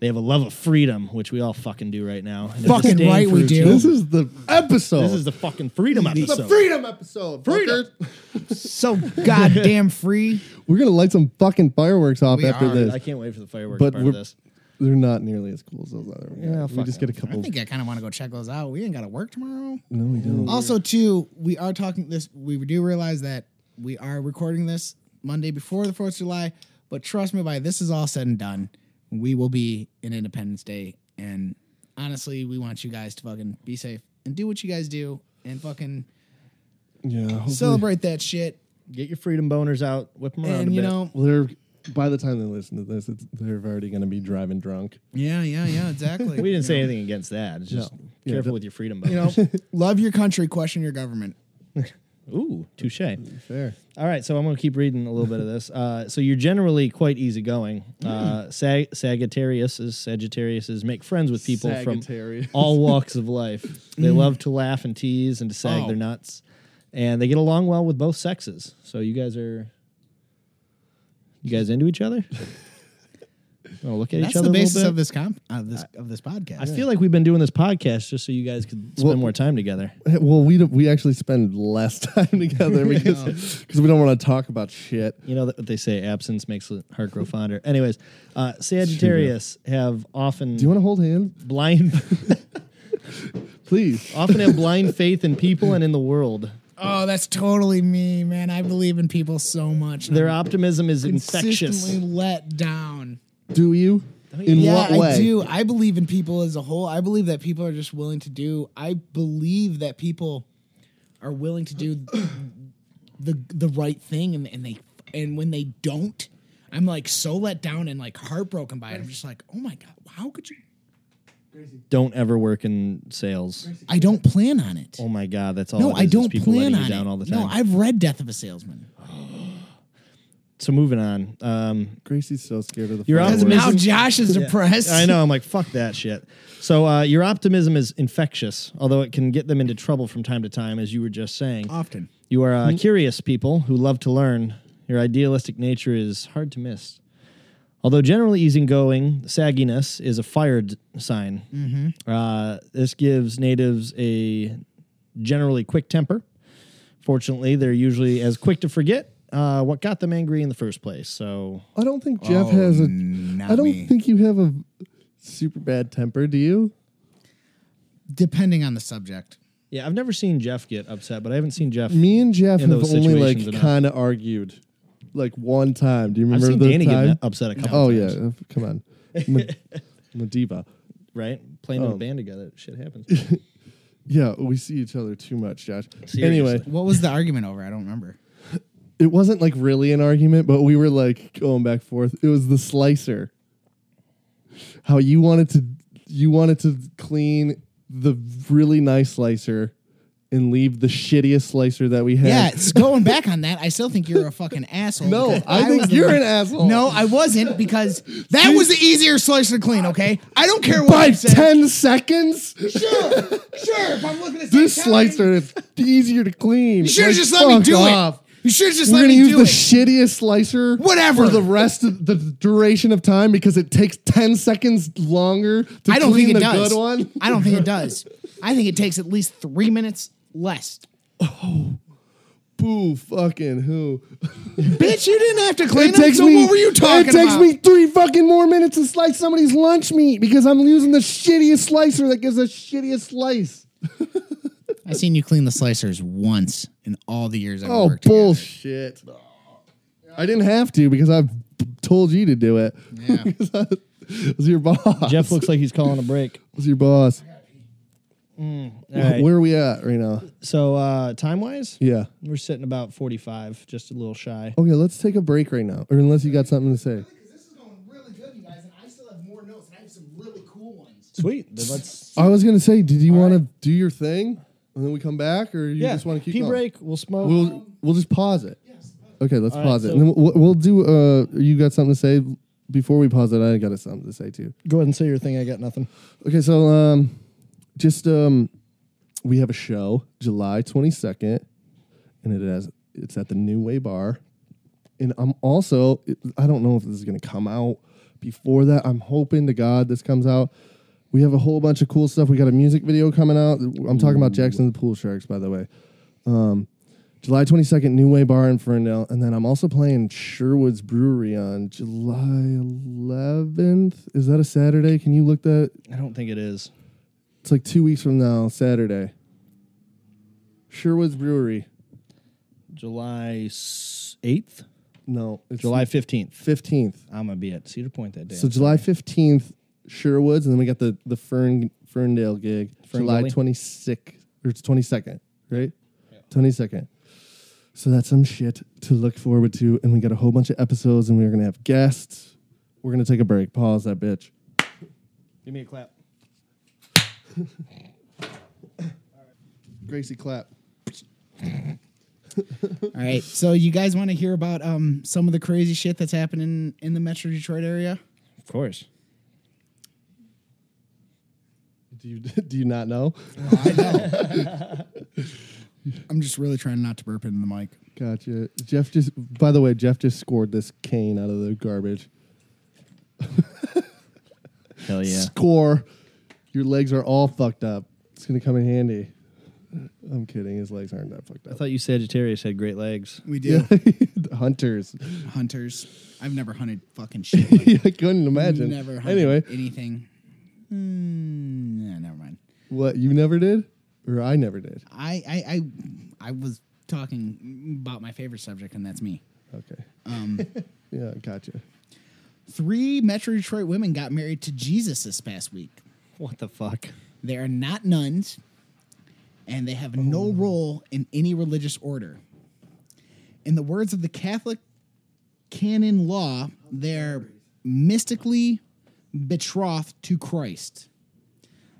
They have a love of freedom, which we all fucking do right now. and a Fucking disdain right for we routine. do. This is the episode. This is the fucking freedom the episode. freedom episode. Freedom. fuckers. So goddamn free. We're gonna light some fucking fireworks off We after are. this. I can't wait for the fireworks But part we're- of this. They're not nearly as cool as those other ones. Yeah, we fuck just them. get a I couple. think I kind of want to go check those out. We ain't got to work tomorrow. no, we don't. Also, too, we are talking this. We do realize that we are recording this Monday before the Fourth of July, but trust me, by this is all said and done, we will be in Independence Day, and honestly, we want you guys to fucking be safe and do what you guys do and fucking Yeah. hopefully- celebrate that shit. Get your freedom boners out, whip them around a And you bit. know, Well, they're by the time they listen to this, it's, they're already gonna be driving drunk. yeah, yeah, yeah, exactly. we didn't say anything against that. It's just No. Yeah, careful but- with your freedom boners. you know, love your country, question your government. Ooh, touche. Fair. All right, so I'm going to keep reading a little bit of this. Uh, so you're generally quite easygoing. Uh, Sag- Sagittarius is Sagittarius is make friends with people from Sagittarius. all walks of life. They love to laugh and tease and to sag Oh. their nuts, and they get along well with both sexes. So you guys are you guys into each other? Wanna look at each That's other the a little basis bit? of this comp of this of this podcast. I feel like we've been doing this podcast just so you guys could spend Well- more time together. Eh, Well, we don't- we actually spend less time together because because we don't want to talk about shit. You know what they say: absence makes the heart grow fonder. Anyways, uh, Sagittarius have often Do you want to hold hands, blind, please? often have blind faith in people and in the world. oh, that's totally me, man. I believe in people so much. Their optimism is infectious. consistently let down. Do you? In yeah, what way? I do. I believe in people as a whole. I believe that people are just willing to do. I believe that people are willing to do the the right thing, and, and they and when they don't, I'm like so let down and like heartbroken by it. I'm just like, oh my god, how could you? Don't ever work in sales. I don't plan on it. Oh my God, that's all. no, it I is, is don't people plan letting on you down it. all the time. No, I've read Death of a Salesman. so moving on. Um, Gracie's so scared of the. You're fireworks. awesome. Oh, Now Isn't- Josh is depressed. I know. I'm like, fuck that shit. So uh, your optimism is infectious, although it can get them into trouble from time to time, as you were just saying. Often. You are Mm. uh, curious people who love to learn. Your idealistic nature is hard to miss. Although generally easygoing, sagginess is a fired sign. Mm-hmm. Uh, this gives natives a generally quick temper. Fortunately, they're usually as quick to forget uh, what got them angry in the first place. So I don't think Oh, Jeff has a. not I don't me. think you have a super bad temper. Do you? Depending on the subject. yeah, I've never seen Jeff get upset, but I haven't seen Jeff. Me and Jeff In have those only situations like enough. kind of argued, like one time. Do you I've remember seen the Danny time? get upset a couple. oh times, yeah, uh, come on, I'm a- I'm a diva. right. Playing Oh. in a band together, shit happens. Yeah, we see each other too much, Josh. Seriously. Anyway, What was the argument over? I don't remember. it wasn't like really an argument, but we were like going back forth. It was the slicer. How you wanted to you wanted to clean the really nice slicer and leave the shittiest slicer that we had. Yeah, it's going back on that, I still think you're a fucking asshole. No, because I was think the you're one- an asshole. No, I wasn't because that was the easier slice to clean. Okay, I don't care what by I said. ten seconds. Sure, sure. If I'm looking at This slicer is easier to clean. you should have Like, just let me fuck do off. it. You should have just We're let gonna me use do the it. shittiest slicer, Whatever. for the rest of the duration of time because it takes ten seconds longer to I don't clean think it the does. good one. I don't think it does. I think it takes at least three minutes less. Boo, fucking who? Bitch, you didn't have to clean it. so what were you talking It takes about? me three fucking more minutes to slice somebody's lunch meat because I'm using the shittiest slicer that gives the shittiest slice. I seen you clean the slicers once in all the years I've Oh worked. together. bullshit! I didn't have to because I told you to do it. Yeah. Because I was your boss. Jeff looks like he's calling a break. was your boss. All right. Where are we at right now? So uh, time wise, Yeah. we're sitting about forty five, just a little shy. Okay, let's take a break right now, or unless you got something to say. This is going really good, you guys, and I still have more notes, and I have some really cool ones. Sweet. Then let's I was gonna say, did you want to do your thing? and then we come back, or you yeah. just want to keep pee going? break. We'll smoke. We'll we'll just pause it. Okay, let's All right, pause it. so- and then we'll, we'll do. Uh, you got something to say before we pause it? I got something to say too. Go ahead and say your thing. I got nothing. Okay, so um, just um, we have a show July twenty second, and it has it's at the New Way Bar, and I'm also I don't know if this is gonna come out before that. I'm hoping to God this comes out. We have a whole bunch of cool stuff. We got a music video coming out. I'm talking about Jackson and the Pool Sharks, by the way. Um, July 22nd, New Way Bar in Ferndale. And then I'm also playing Sherwood's Brewery on July 11th. Is that a Saturday? Can you look that? I don't think it is. It's like two weeks from now, Saturday. Sherwood's Brewery. July eighth, No, it's July fifteenth. 15th. I'm gonna be at Cedar Point that day. So July 15th, Sherwood's. And then we got the, the Fern, Ferndale gig. Fern July Gully? 26th, or it's 22nd, right? 22nd. So that's some shit to look forward to. And we got a whole bunch of episodes and we're going to have guests. We're going to take a break. Pause that bitch. Give me a clap. Gracie clap. All right. So you guys want to hear about um some of the crazy shit that's happening in the Metro Detroit area? Of course. Do you do you not know? I'm just really trying not to burp into the mic. Gotcha. Jeff just by the way, Jeff just scored this cane out of the garbage. Hell yeah. Score. Your legs are all fucked up. It's gonna come in handy. I'm kidding. His legs aren't that fucked I up. thought you Sagittarius had great legs. We do Yeah. Hunters. hunters. I've never hunted fucking shit. Like, I couldn't imagine. Never hunted anyway, anything. Mm, nah, never mind. what you never did? Or I never did. I, I I I was talking about my favorite subject, and that's me. Okay. yeah, gotcha. Three Metro Detroit women got married to Jesus this past week. What the fuck? They are not nuns, and they have no role in any religious order. In the words of the Catholic canon law, they're mystically betrothed to Christ.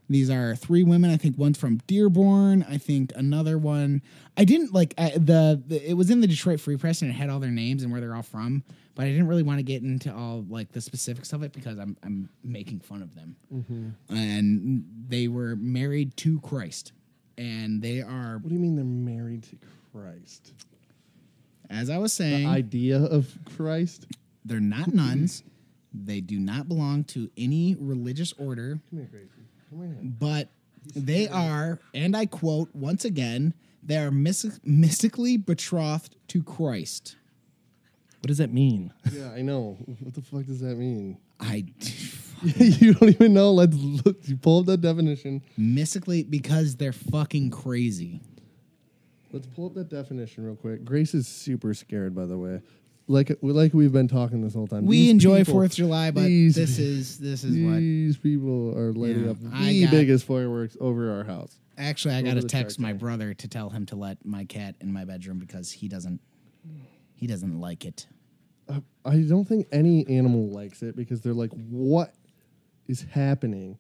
These are three women. I think one's from Dearborn. I think another one. I didn't like I, the, the. It was in the Detroit Free Press and it had all their names and where they're all from. But I didn't really want to get into all like the specifics of it because I'm I'm making fun of them. And they were married to Christ, and they are What do you mean they're married to Christ? as I was saying, The idea of Christ? they're not nuns. They do not belong to any religious order. But they are, and I quote once again, they are mystic- mystically betrothed to Christ. What does that mean? Yeah, I know. What the fuck does that mean? I you don't even know. Let's look. You pull up that definition. mystically because they're fucking crazy. Let's pull up that definition real quick. Grace is super scared, by the way. Like we like we've been talking this whole time. We These enjoy people- Fourth of July, but these- this is this is what. These people are lighting Yeah, up I the got- biggest fireworks over our house. Actually, I got Over to the text shark my tank. brother to tell him to let my cat in my bedroom because he doesn't he doesn't like it. I don't think any animal likes it because they're like, "What is happening?"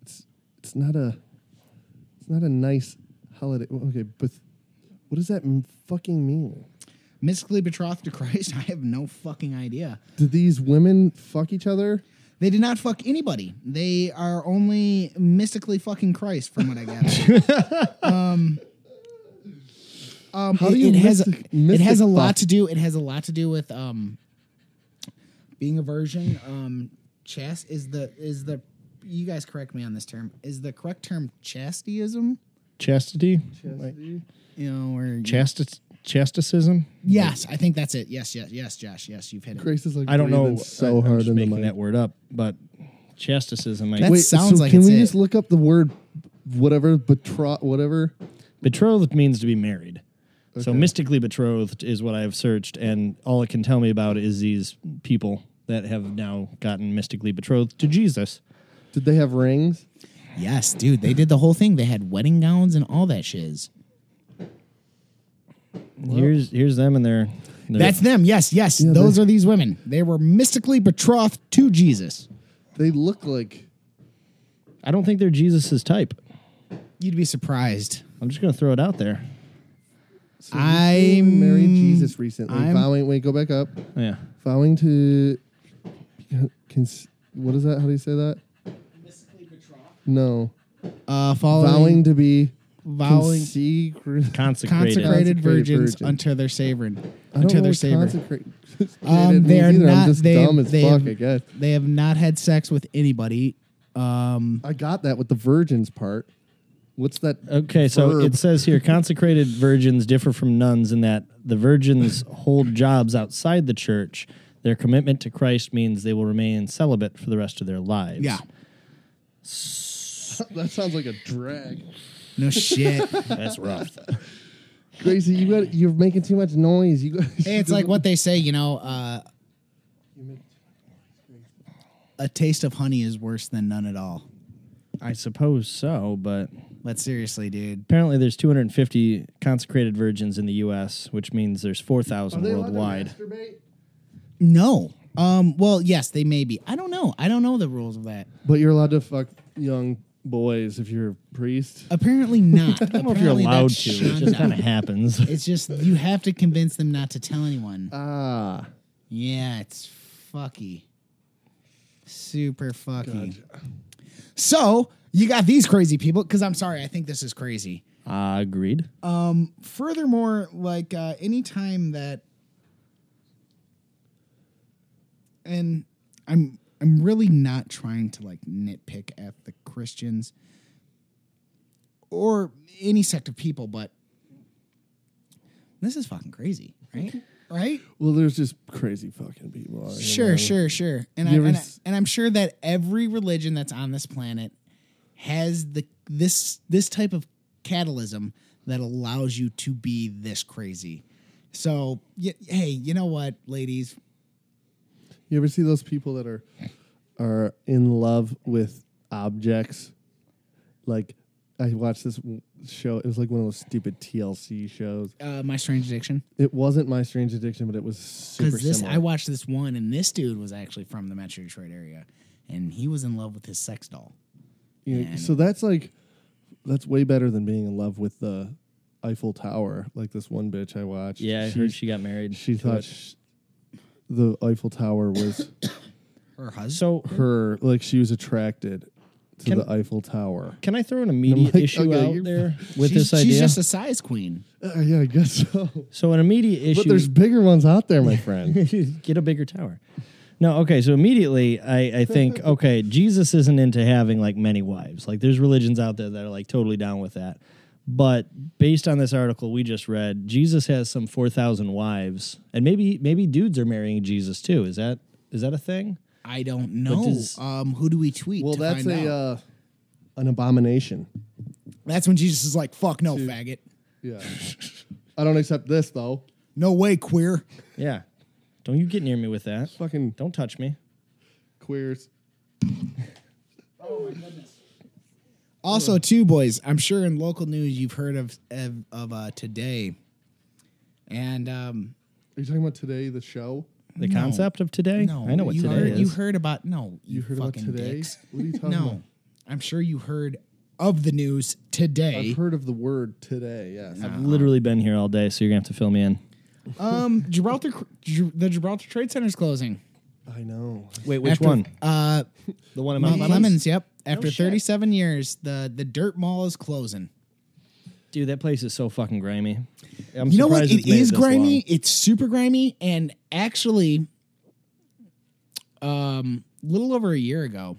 It's it's not a it's not a nice holiday. Well, Okay, but what does that m- fucking mean? Mystically betrothed to Christ? I have no fucking idea. Do these women fuck each other? They did not fuck anybody. They are only mystically fucking Christ, from what I gather. um, um, How it, do you it has mystic- it has a mystic lot fuck? to do. It has a lot to do with um, being a virgin. Um, chast is the is the you guys correct me on this term. Is the correct term chastityism? Chastity? You know, or Chasti- chasticism? yes, I think that's it. Yes, yes, yes, Josh. Yes, you've hit it. Grace is like I don't breathing know. I- so I'm hard just in the making mic. that word up, but chasticism. I That sounds like can it's we it. just look up the word whatever betrot whatever betrothed means to be married. So mystically betrothed is what I have searched, and all it can tell me about is these people that have now gotten mystically betrothed to Jesus. did they have rings Yes, dude. They did the whole thing. They had wedding gowns and all that shiz. here's here's them and their. their That's them. Yes, yes. Those are these women. They were mystically betrothed to Jesus. they look like I don't think they're Jesus's type. You'd be surprised. I'm just gonna throw it out there. So you I'm- came to marry Jesus recently. I'm- Following, wait, go back up. Yeah. Following to, cons- what is that? How do you say that? No, Uh, following vowing to be vowing- consecrated. Consecrated. consecrated, Consecrated virgins virgin. unto their saving. I don't Unto know their what savor. consecrated Um, means they are either. not. I'm just they, dumb as they fuck. have, I guess they have not had sex with anybody. Um, I got that with the virgins part. What's that? Okay, so verb? it says here consecrated virgins differ from nuns in that the virgins hold jobs outside the church. Their commitment to Christ means they will remain celibate for the rest of their lives. yeah. that sounds like a drag. No shit. That's rough. Gracie, you got you're making too much noise. You got, it's like what they say, you know. Uh, a taste of honey is worse than none at all. I suppose so, but But seriously, dude. apparently there's 250 consecrated virgins in the US, which means there's 4,000 worldwide. No. Um. Well, yes, they may be. I don't know. I don't know the rules of that. But you're allowed to fuck young boys if you're a priest. Apparently not. I don't know if you're Apparently allowed that's to. It shunned just kind out. of happens. It's just you have to convince them not to tell anyone. Ah, Yeah, it's fucky. Super fucky. So you got these crazy people, because I'm sorry, I think this is crazy. Uh, agreed. Furthermore, like uh anytime that and I'm I'm really not trying to like nitpick at the Christians or any sect of people, but this is fucking crazy, right? Right? well, there's just crazy fucking people. out here, Sure, man. sure, sure. And I, You ever and, I, s- and I'm sure that every religion that's on this planet has the this this type of catalysm that allows you to be this crazy. So, y- hey, you know what, ladies? You ever see those people that are are in love with objects? Like I watched this w- show. It was like one of those stupid TLC shows. Uh, my strange addiction. It wasn't My Strange Addiction, but it was super Because this, similar. I watched this one, and this dude was actually from the Metro Detroit area, and he was in love with his sex doll. You know, Man. so that's like that's way better than being in love with the Eiffel Tower. Like this one bitch I watched. Yeah, I she, heard she got married. she to thought it. sh the Eiffel Tower was Her husband. So her. Like she was attracted to Can- the Eiffel Tower. Can I throw an immediate like, issue okay, out you're- there with she's, this idea? she's just a size queen. Uh, yeah, I guess so. so an immediate issue. But there's bigger ones out there, my friend. get a bigger tower. No, okay. So immediately, I, I think okay, Jesus isn't into having like many wives. Like there's religions out there that are like totally down with that. But based on this article we just read, Jesus has some four thousand wives, and maybe maybe dudes are marrying Jesus too. Is that is that a thing? I don't know. does- um, who do we tweet? well, to that's find a out? uh, an abomination. That's when Jesus is like, "Fuck no, faggot. Yeah, I don't accept this though. No way, queer." Yeah. Don't you get near me with that. Fucking Don't touch me. queers. Also, too, boys, I'm sure in local news you've heard of of, of uh, today, and um, Are you talking about today? The show The concept of today. no, I know what you today heard, is. You heard about no, you, you heard about fucking today? dicks. What are you talking about? No, I'm sure you heard of the news today. I've heard of the word today. Yes. I've literally been here all day, so you're gonna have to fill me in. Um, Gibraltar, Gi- the Gibraltar Trade Center's closing. I know. Wait, which After- one? Uh, The one in Mount Mount Lemons. Lemons? Yep. After shit. 37 years, the the Dirt Mall is closing. Dude, that place is so fucking grimy. I'm You know what? surprised It it's made is this grimy. long. It's super grimy. And actually, um, little over a year ago,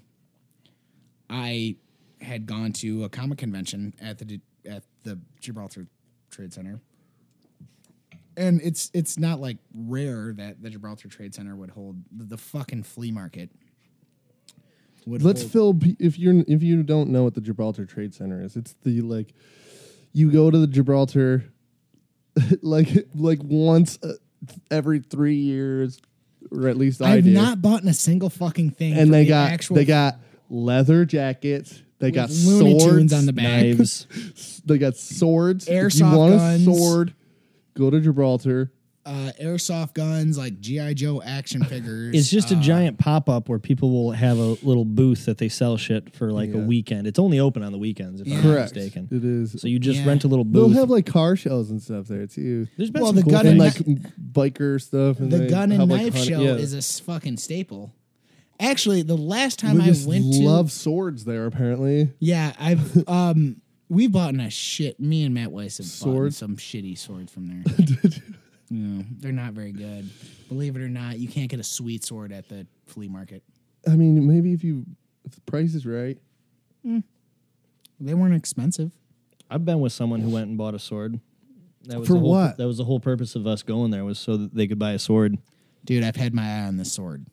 I had gone to a comic convention at the at the Gibraltar Trade Center, and it's it's not like rare that the Gibraltar Trade Center would hold the, the fucking flea market. Would Let's hold- fill. pe- If you're if you don't know what the Gibraltar Trade Center is, it's the like you go to the Gibraltar like like once uh, every three years, or at least I I've did. not bought a single fucking thing. and for they the got actual they got leather jackets. They got with Looney swords Tunes on the back. Knives. They got swords. if you Airsoft want guns. a sword, go to Gibraltar. uh, airsoft guns, like GI Joe action figures. It's just a uh, giant pop up where people will have a little booth that they sell shit for like a weekend. It's only open on the weekends, if I'm not Correct. mistaken. It is. So you just Yeah. rent a little They'll booth. have like car shows and stuff there too. There's been well, some the cool gun and things. like knife- m- biker stuff. And the they gun and have, like, knife hunt- show yeah. is a s- fucking staple. Actually, the last time We I just went love to, swords there apparently. yeah, I've um, we bought a shit. Me and Matt Weiss have bought Sword? some shitty sword from there. yeah, they're not very good. Believe it or not, you can't get a sweet sword at the flea market. I mean, maybe if you if the price is right. They weren't expensive. I've been with someone who went and bought a sword. That was For the whole, what? That was the whole purpose of us going there was so that they could buy a sword. Dude, I've had my eye on this sword.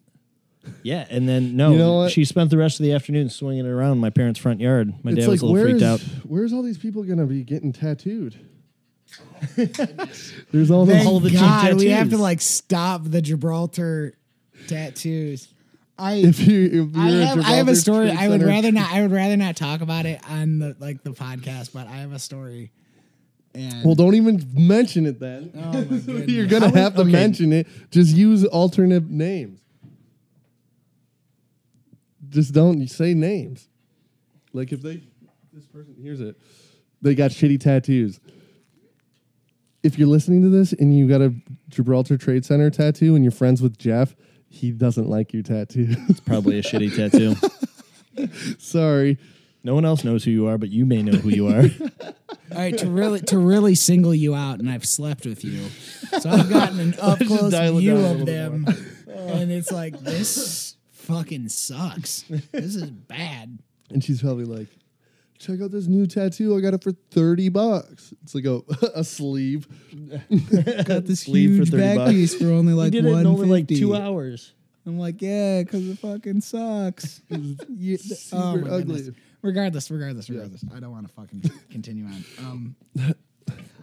Yeah, and then no, You know what? she spent the rest of the afternoon swinging it around my parents' front yard. My dad it's was like a little freaked where's out. where's all these people gonna be getting tattooed? There's all Thank those all the God, we tattoos. have to like stop the Gibraltar tattoos. I if you if you're I have, at I have a Gibraltar story. Trade I would Center- rather not. I would rather not talk about it on the like the podcast. But I have a story. And Well, don't even mention it then. oh my goodness. you're gonna have to mention it. Just use alternate names. Just don't say names. Like if they this person hears it, they got shitty tattoos. If you're listening to this and you got a Gibraltar Trade Center tattoo and you're friends with Jeff, he doesn't like your tattoo. It's probably a shitty tattoo. Sorry. No one else knows who you are, but you may know who you are. all right, to really to really single you out, and I've slept with you, so I've gotten an up close dial it view down a of little bit them, and it's like this fucking sucks. This is bad. And she's probably like, check out this new tattoo. I got it for 30 bucks. It's like a, a sleeve. Got this Sleeve for huge 30 back bucks. piece for only like did it in only like two hours. I'm like, yeah, because it fucking sucks. You- th- oh super my ugly. goodness. Regardless, regardless, regardless. I don't want to fucking continue on. Um,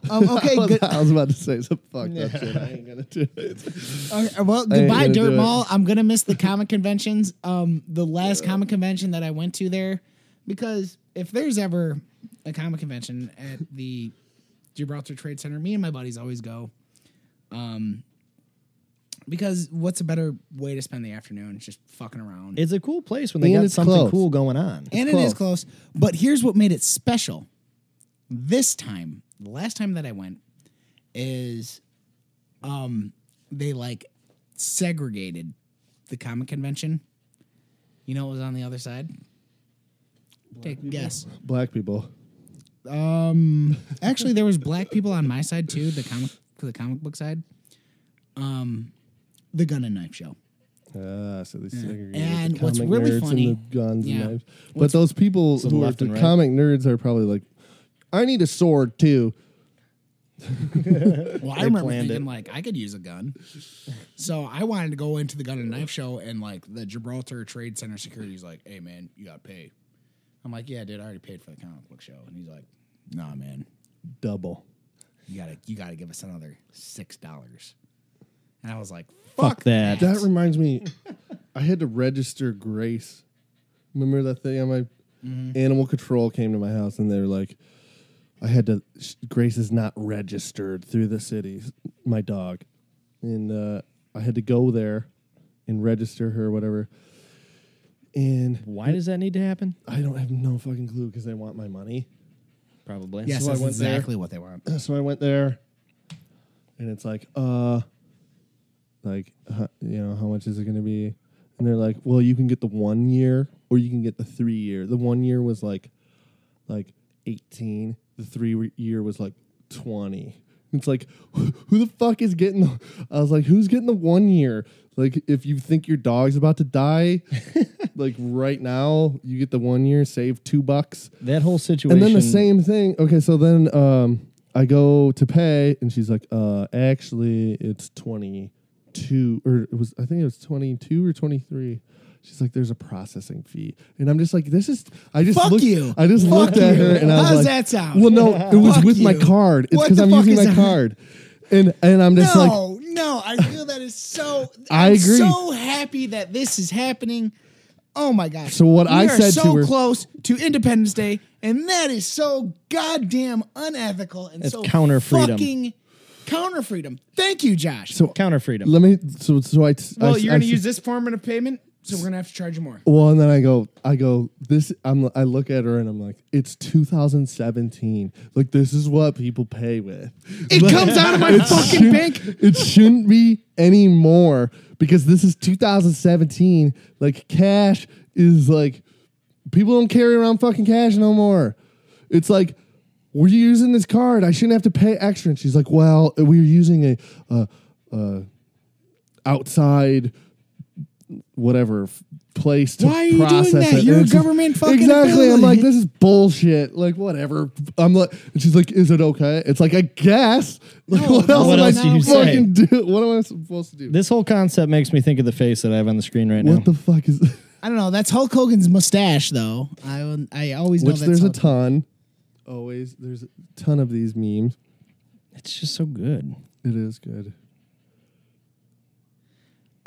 um, okay, good. I was about to say some fuck that shit. I ain't gonna do it. okay, I well, ain't goodbye, gonna do Dirt it. Mall. I'm gonna miss the comic conventions. Um, the last comic convention that I went to there, because if there's ever a comic convention at the Gibraltar Trade Center, me and my buddies always go. Um, because what's a better way to spend the afternoon? Just fucking around. It's a cool place when they And got it's something close. cool going on. and it is close. But here's what made it special. This time, the last time that I went, is um they like segregated the comic convention. You know what was on the other side? Take a guess. Black people. Um actually there was black people on my side too, the comic the comic book side. Um the gun and knife show. Ah, so they segregated And the what's comic really nerds funny- and the guns yeah. and knives. But those people so who are left the and right. comic nerds are probably like, I need a sword too. Well, I remember planned thinking it. like I could use a gun, so I wanted to go into the gun and knife show, and like the Gibraltar Trade Center security's like, "Hey man, you got to pay." I'm like, "Yeah, dude, I already paid for the comic book show," and he's like, "Nah, man, Double. you gotta you gotta give us another six dollars." And I was like, Fuck "Fuck, that. That reminds me, I had to register Grace. Remember that thing on my animal control came to my house and they were like, I had to, sh- Grace is not registered through the city, my dog. And uh, I had to go there and register her, whatever. And Why does that need to happen? I don't have no fucking clue because they want my money. Probably. yes, So I that's went there. exactly what they want." so I went there, and it's like, uh, like huh, you know, how much is it going to be? And they're like, well, you can get the one year or you can get the three year. The one year was like, like eighteen. The three re- year was like twenty. It's like, who the fuck is getting? The, I was like, who's getting the one year? Like, if you think your dog's about to die, like right now, you get the one year, save two bucks. That whole situation. And then the same thing. Okay, so then um, I go to pay, and she's like, uh, "Actually, it's twenty two, or it was I think it was twenty two or twenty three. She's like, "There's a processing fee," and I'm just like, "This is." I just Fuck looked, you. I just Fuck looked at you. her, and I was How's like, that sound? "Well, no, it was Fuck with my you. card. It's What because the I'm fuck using is my that? card." And and I'm just like, No, no, I feel that is so. I I'm agree. So happy that this is happening. Oh my gosh! So what we I are said so to her- close to Independence Day, and that is so goddamn unethical and It's so counter freedom. Fucking Counter freedom. Thank you, Josh. So Counter freedom. let me. So so I. t- I- Well, you're I going to s- use this form of payment, so we're going to have to charge you more. Well, and then I go, I go. This, I'm. I look at her and I'm like, it's 2017. Like this is what people pay with. It comes out of my fucking bank. It shouldn't be anymore because this is 2017. Like cash is like people don't carry around fucking cash no more. It's like we're using this card. I shouldn't have to pay extra. And she's like, well, we're using a, a, a outside whatever f- place to Why are you doing process that? it. And You're a it's just- government fucking exactly. I'm villain. like, this is bullshit. Like whatever. I'm like, and she's like, is it okay? It's like, I guess. Like, what else what am else I do you say? fucking do? What am I supposed to do? This whole concept makes me think of the face that I have on the screen right now. what the fuck is? I don't know. That's Hulk Hogan's mustache, though. I will- I always know Which that's there's a Hulk- ton. Always there's a ton of these memes. it's just so good. It is good.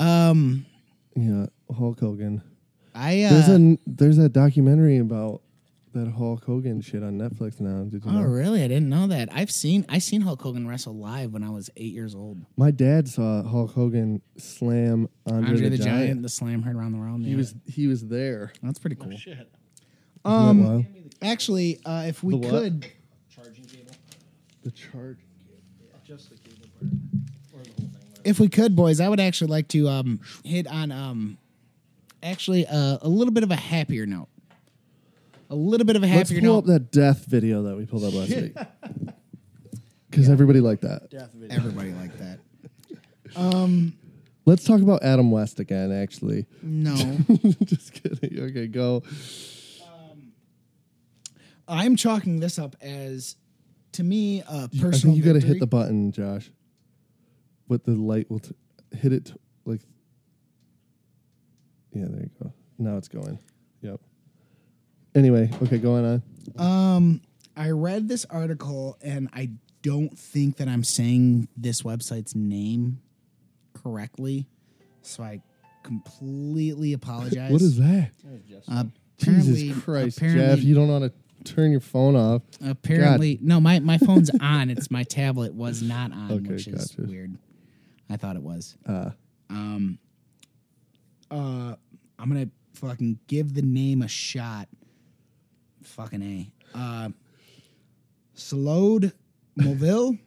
um. Yeah, Hulk Hogan. I uh, There's a there's that documentary about that Hulk Hogan shit on Netflix now. Did you Oh, know? really? I didn't know that. I've seen I seen Hulk Hogan wrestle live when I was eight years old. My dad saw Hulk Hogan slam Andre, Andre the, Giant. the slam heard around the world. He was he was there. That's pretty cool. Um, that wild? Actually, uh, if we The what? could, the chart. if we could, boys, I would actually like to um, hit on um, actually uh, a little bit of a happier note. A little bit of a Let's happier pull note. up that death video that we pulled up last week. Because everybody liked that. Everybody like that. Um, Let's talk about Adam West again. Actually, No, just kidding. Okay, go. I'm chalking this up as to me a personal. I think you got to hit victory. the button, Josh. But the light will t- hit it t- like. Yeah, there you go. Now it's going. Yep. Anyway, okay, going on. Um, I read this article and I don't think that I'm saying this website's name correctly, so I completely apologize. What is that? Uh, apparently, Jesus Christ, apparently, Jeff! You don't know how to turn your phone off. apparently, no, my my phone's on. It's my tablet was not on, Okay, which is gotcha. weird. I thought it was. Uh, um, uh, I'm gonna fucking give the name a shot. Fucking a. Uh, Slowed Moville.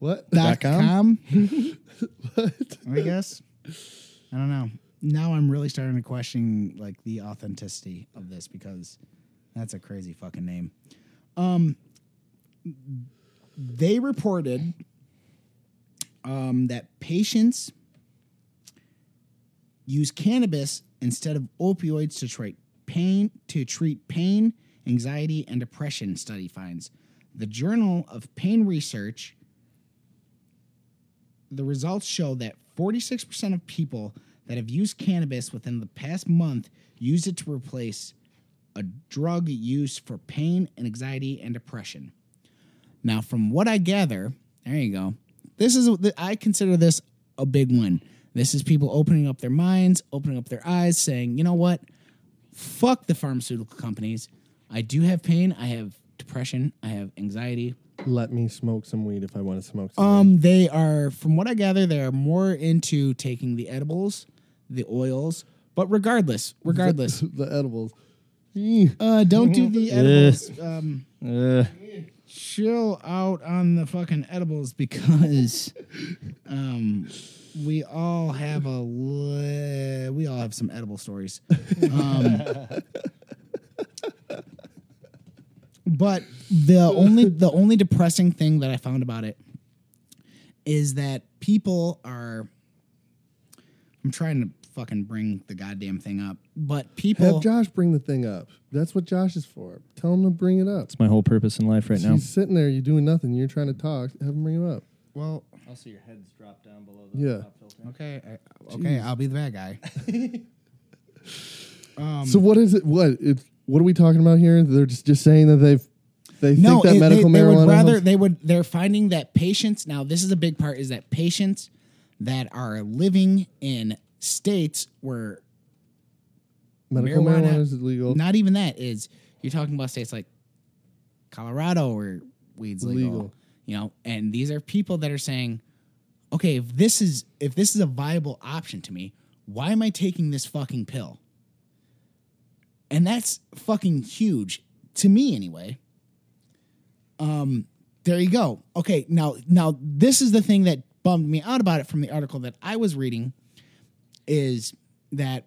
What? dot com. What? I guess. I don't know. Now I'm really starting to question like the authenticity of this because that's a crazy fucking name. Um, they reported um, that patients use cannabis instead of opioids to treat pain to treat pain, anxiety, and depression. Study finds the Journal of Pain Research the results show that 46% of people that have used cannabis within the past month used it to replace a drug used for pain and anxiety and depression. Now, from what I gather, there you go. This is I consider this a big win. This is people opening up their minds, opening up their eyes, saying, "You know what? Fuck the pharmaceutical companies. I do have pain, I have depression, I have anxiety, Let me smoke some weed if I want to smoke. Some weed. um, they are, from what I gather, they are more into taking the edibles, the oils. But regardless, regardless, the edibles. Eh. uh, don't do the edibles. Um, Uh, chill out on the fucking edibles because, um, we all have a li- we all have some edible stories. Um, but the only the only depressing thing that I found about it is that people are. I'm trying to fucking bring the goddamn thing up, but people Have Josh bring the thing up. That's what Josh is for. Tell him to bring it up. it's my whole purpose in life right now. He's sitting there. You're doing nothing. You're trying to talk. Have him bring it up. well. Also, your head's dropped down below the Yeah. top filter. Okay, I, okay, I'll be the bad guy. um, So what is it? What it, what are we talking about here? They're just, just saying that they've they no, think that it- they- medical they, marijuana. would rather helps? they would they're finding that patients now this is a big part is that patients that are living in states where medical marijuana, marijuana- is illegal. not even that is you're talking about states like Colorado where weed's legal. Legal. you know and these are people that are saying okay if this is if this is a viable option to me why am i taking this fucking pill and that's fucking huge to me anyway um there you go okay now now this is the thing that bummed me out about it from the article that i was reading is that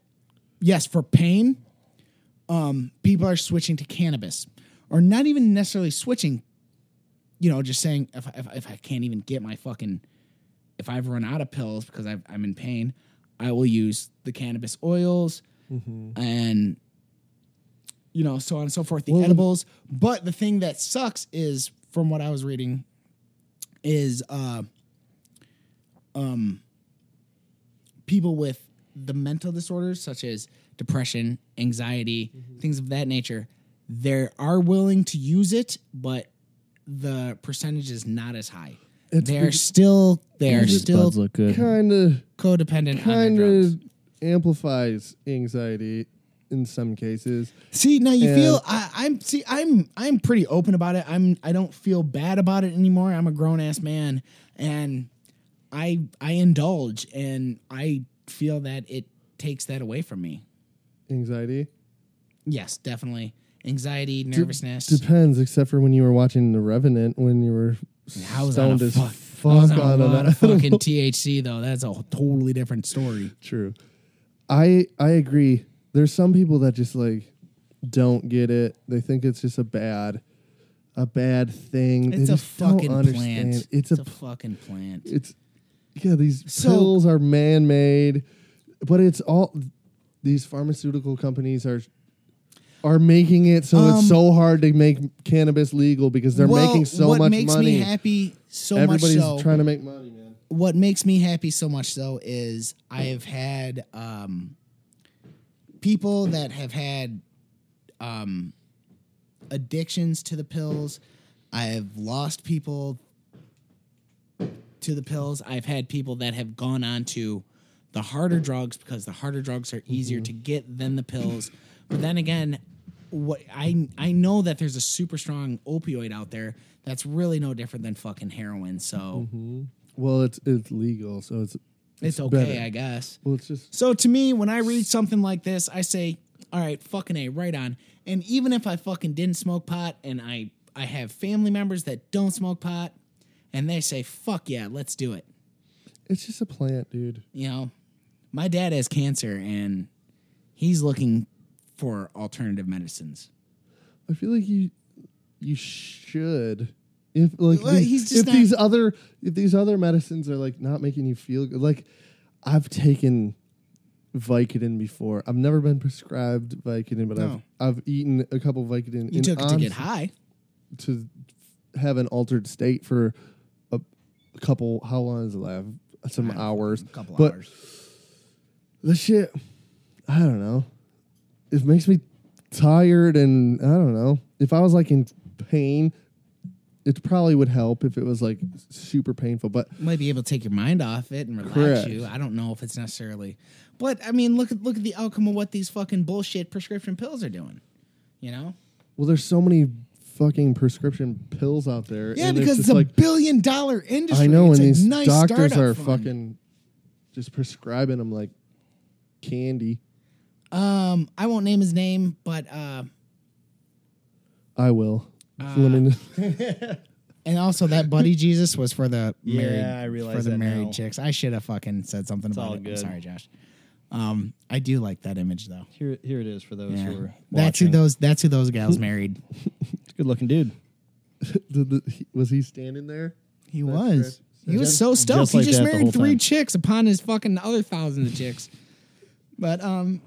yes for pain um people are switching to cannabis or not even necessarily switching you know just saying if, if, if i can't even get my fucking if i've run out of pills because I've, i'm in pain i will use the cannabis oils and you know, so on and so forth, the edibles. But the thing that sucks is, from what I was reading, is uh, um, people with the mental disorders such as depression, anxiety, Mm-hmm. things of that nature. They are willing to use it, but the percentage is not as high. they're still they're These still buds look good. Kind of, codependent on kind their drugs. of amplifies anxiety in some cases. See now you And- feel I, I'm see I'm I'm pretty open about it. I'm I don't feel bad about it anymore. I'm a grown ass man, and I I indulge, and I feel that it takes that away from me. Anxiety Yes, definitely anxiety, nervousness. depends, except for when you were watching The Revenant when you were I was on stoned a as fuck, fuck I was on a on lot an of fucking THC though. That's a totally different story. True. I I agree. There's some people that just like don't get it. They think it's just a bad a bad thing. They It's a just don't fucking understand. plant. It's, a, p- fucking plant. it's yeah, these So- pills are man-made, but it's all these pharmaceutical companies are are making it so Um, it's so hard to make cannabis legal because they're Well, making so what much makes money. me happy so Everybody's much so trying to make money, man. what makes me happy so much though is I have had um, people that have had um, addictions to the pills. I have lost people to the pills. I've had people that have gone on to the harder drugs because the harder drugs are easier to get than the pills. But then again, what I I know that there's a super strong opioid out there that's really no different than fucking heroin. So Well, it's it's legal, so it's it's okay, better. I guess. well, it's just So to me, when I read something like this, I say, "All right, fucking a, right on." And even if I fucking didn't smoke pot, and I I have family members that don't smoke pot, and they say, "Fuck yeah, let's do it," it's just a plant, dude. you know, my dad has cancer and he's looking for alternative medicines. I feel like you you should if like Well, these, he's just if not- these other if these other medicines are like not making you feel good. Like I've taken Vicodin before. I've never been prescribed Vicodin, but No. I've I've eaten a couple Vicodin. You and took it to honest- get high. to have an altered state for a, a couple. How long is it left? Some hours. Ah, couple but hours. The shit. I don't know. It makes me tired, and I don't know. If I was like in pain, it probably would help if it was like super painful. But might be able to take your mind off it and relax Correct. you. I don't know if it's necessarily, but I mean, look at look at the outcome of what these fucking bullshit prescription pills are doing. You know? well, there's so many fucking prescription pills out there. Yeah, and because just it's a like billion dollar industry. I know, It's and a these nice doctors startup are fund. fucking just prescribing them like candy. Um, I won't name his name, but uh, I will. Let me know. and also that buddy Jesus was for the married I realize for the that married now. chicks. I should have fucking said something about all it. I'm good. sorry, Josh. Um, I do like that image though. Here, here it is for those who are That's who watching. those that's who those gals married. good looking dude. Did the, he- was he standing there? He was. He was so stoked. just he like just that the married whole three time. chicks upon his fucking other thousands of chicks. But um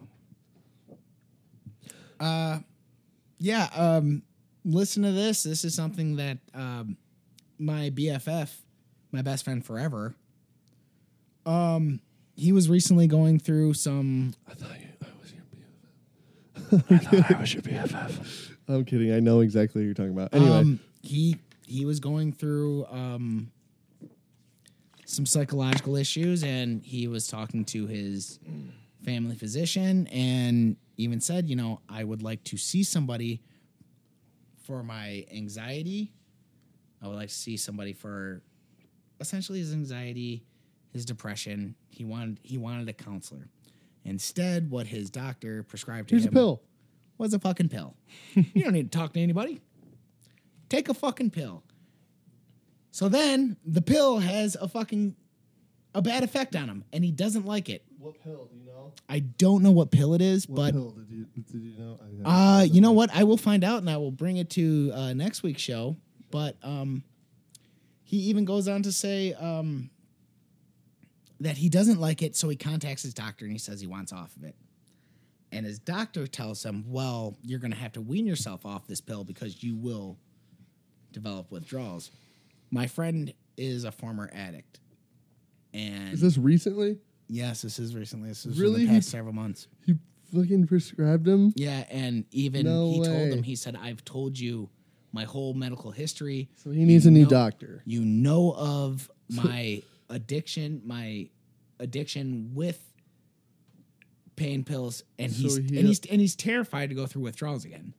uh yeah, um listen to this. This is something that um my BFF, my best friend forever, um he was recently going through some I thought you, I was your BFF. I thought I was your BFF. I'm kidding. I know exactly what you're talking about. Anyway, Um, he he was going through um, some psychological issues, and he was talking to his family physician, and even said, you know, I would like to see somebody for my anxiety, I would like to see somebody for essentially his anxiety, his depression. He wanted he wanted a counselor. Instead, what his doctor prescribed to Here's a him pill. was a fucking pill. you don't need to talk to anybody. Take a fucking pill. So then the pill has a fucking a bad effect on him, and he doesn't like it. What pill? Do you know? I don't know what pill it is, What but pill did you did you know? uh, you know what? I will find out, and I will bring it to uh, next week's show. But um, he even goes on to say um, that he doesn't like it, so he contacts his doctor and he says he wants off of it. And his doctor tells him, "Well, you're going to have to wean yourself off this pill because you will develop withdrawals." My friend is a former addict, and Is this recently? yes, this is recently. This is Really? really the past several months. He fucking prescribed him. Yeah, and even Mm-hmm. No he told way. him, he said, I've told you my whole medical history. So he needs a new know- doctor. You know of my addiction, my addiction with pain pills, and So he's he- and he's and he's terrified to go through withdrawals again.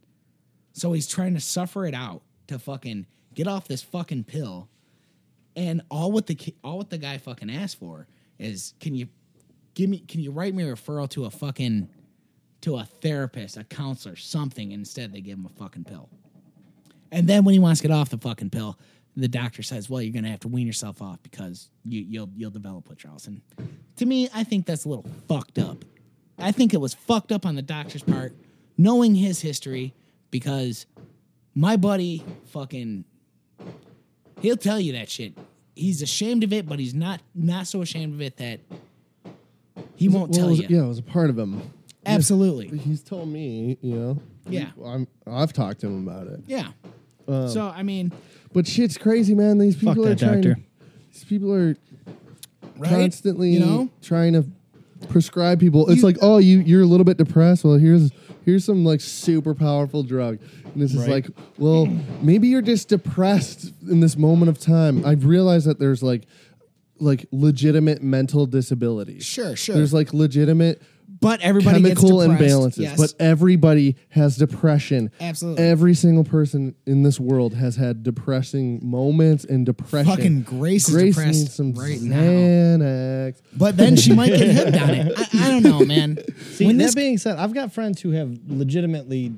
So he's trying to suffer it out to fucking get off this fucking pill. And all what the ki- all what the guy fucking asked for is, can you give me? Can you write me a referral to a fucking to a therapist, a counselor, something? Instead, they give him a fucking pill. And then when he wants to get off the fucking pill, the doctor says, "Well, you're gonna have to wean yourself off because you, you'll you'll develop withdrawals." And to me, I think that's a little fucked up. I think it was fucked up on the doctor's part, knowing his history, because my buddy fucking he'll tell you that shit. He's ashamed of it, but he's not not so ashamed of it that he Well, won't it tell was- you. Yeah, it was a part of him. Absolutely. He's told me, you know. Yeah. I'm, I've talked to him about it. Yeah. Um, so I mean, But shit's crazy, man. These people Fuck are that trying. doctor. These people are right? constantly, you know, trying to prescribe people. It's like, oh, you you're a little bit depressed. Well, here's here's some like super powerful drug, and this is Right. like, well, maybe you're just depressed in this moment of time. I've realized that there's like like legitimate mental disabilities. Sure, sure. There's like legitimate but everybody chemical gets depressed. imbalances, Yes. but everybody has depression. Absolutely. Every single person in this world has had depressing moments and depression. Fucking Grace is depressed needs some right now. Xanax. But then she might get him down it. I, I don't know, man. See, that being said, I've got friends who have legitimately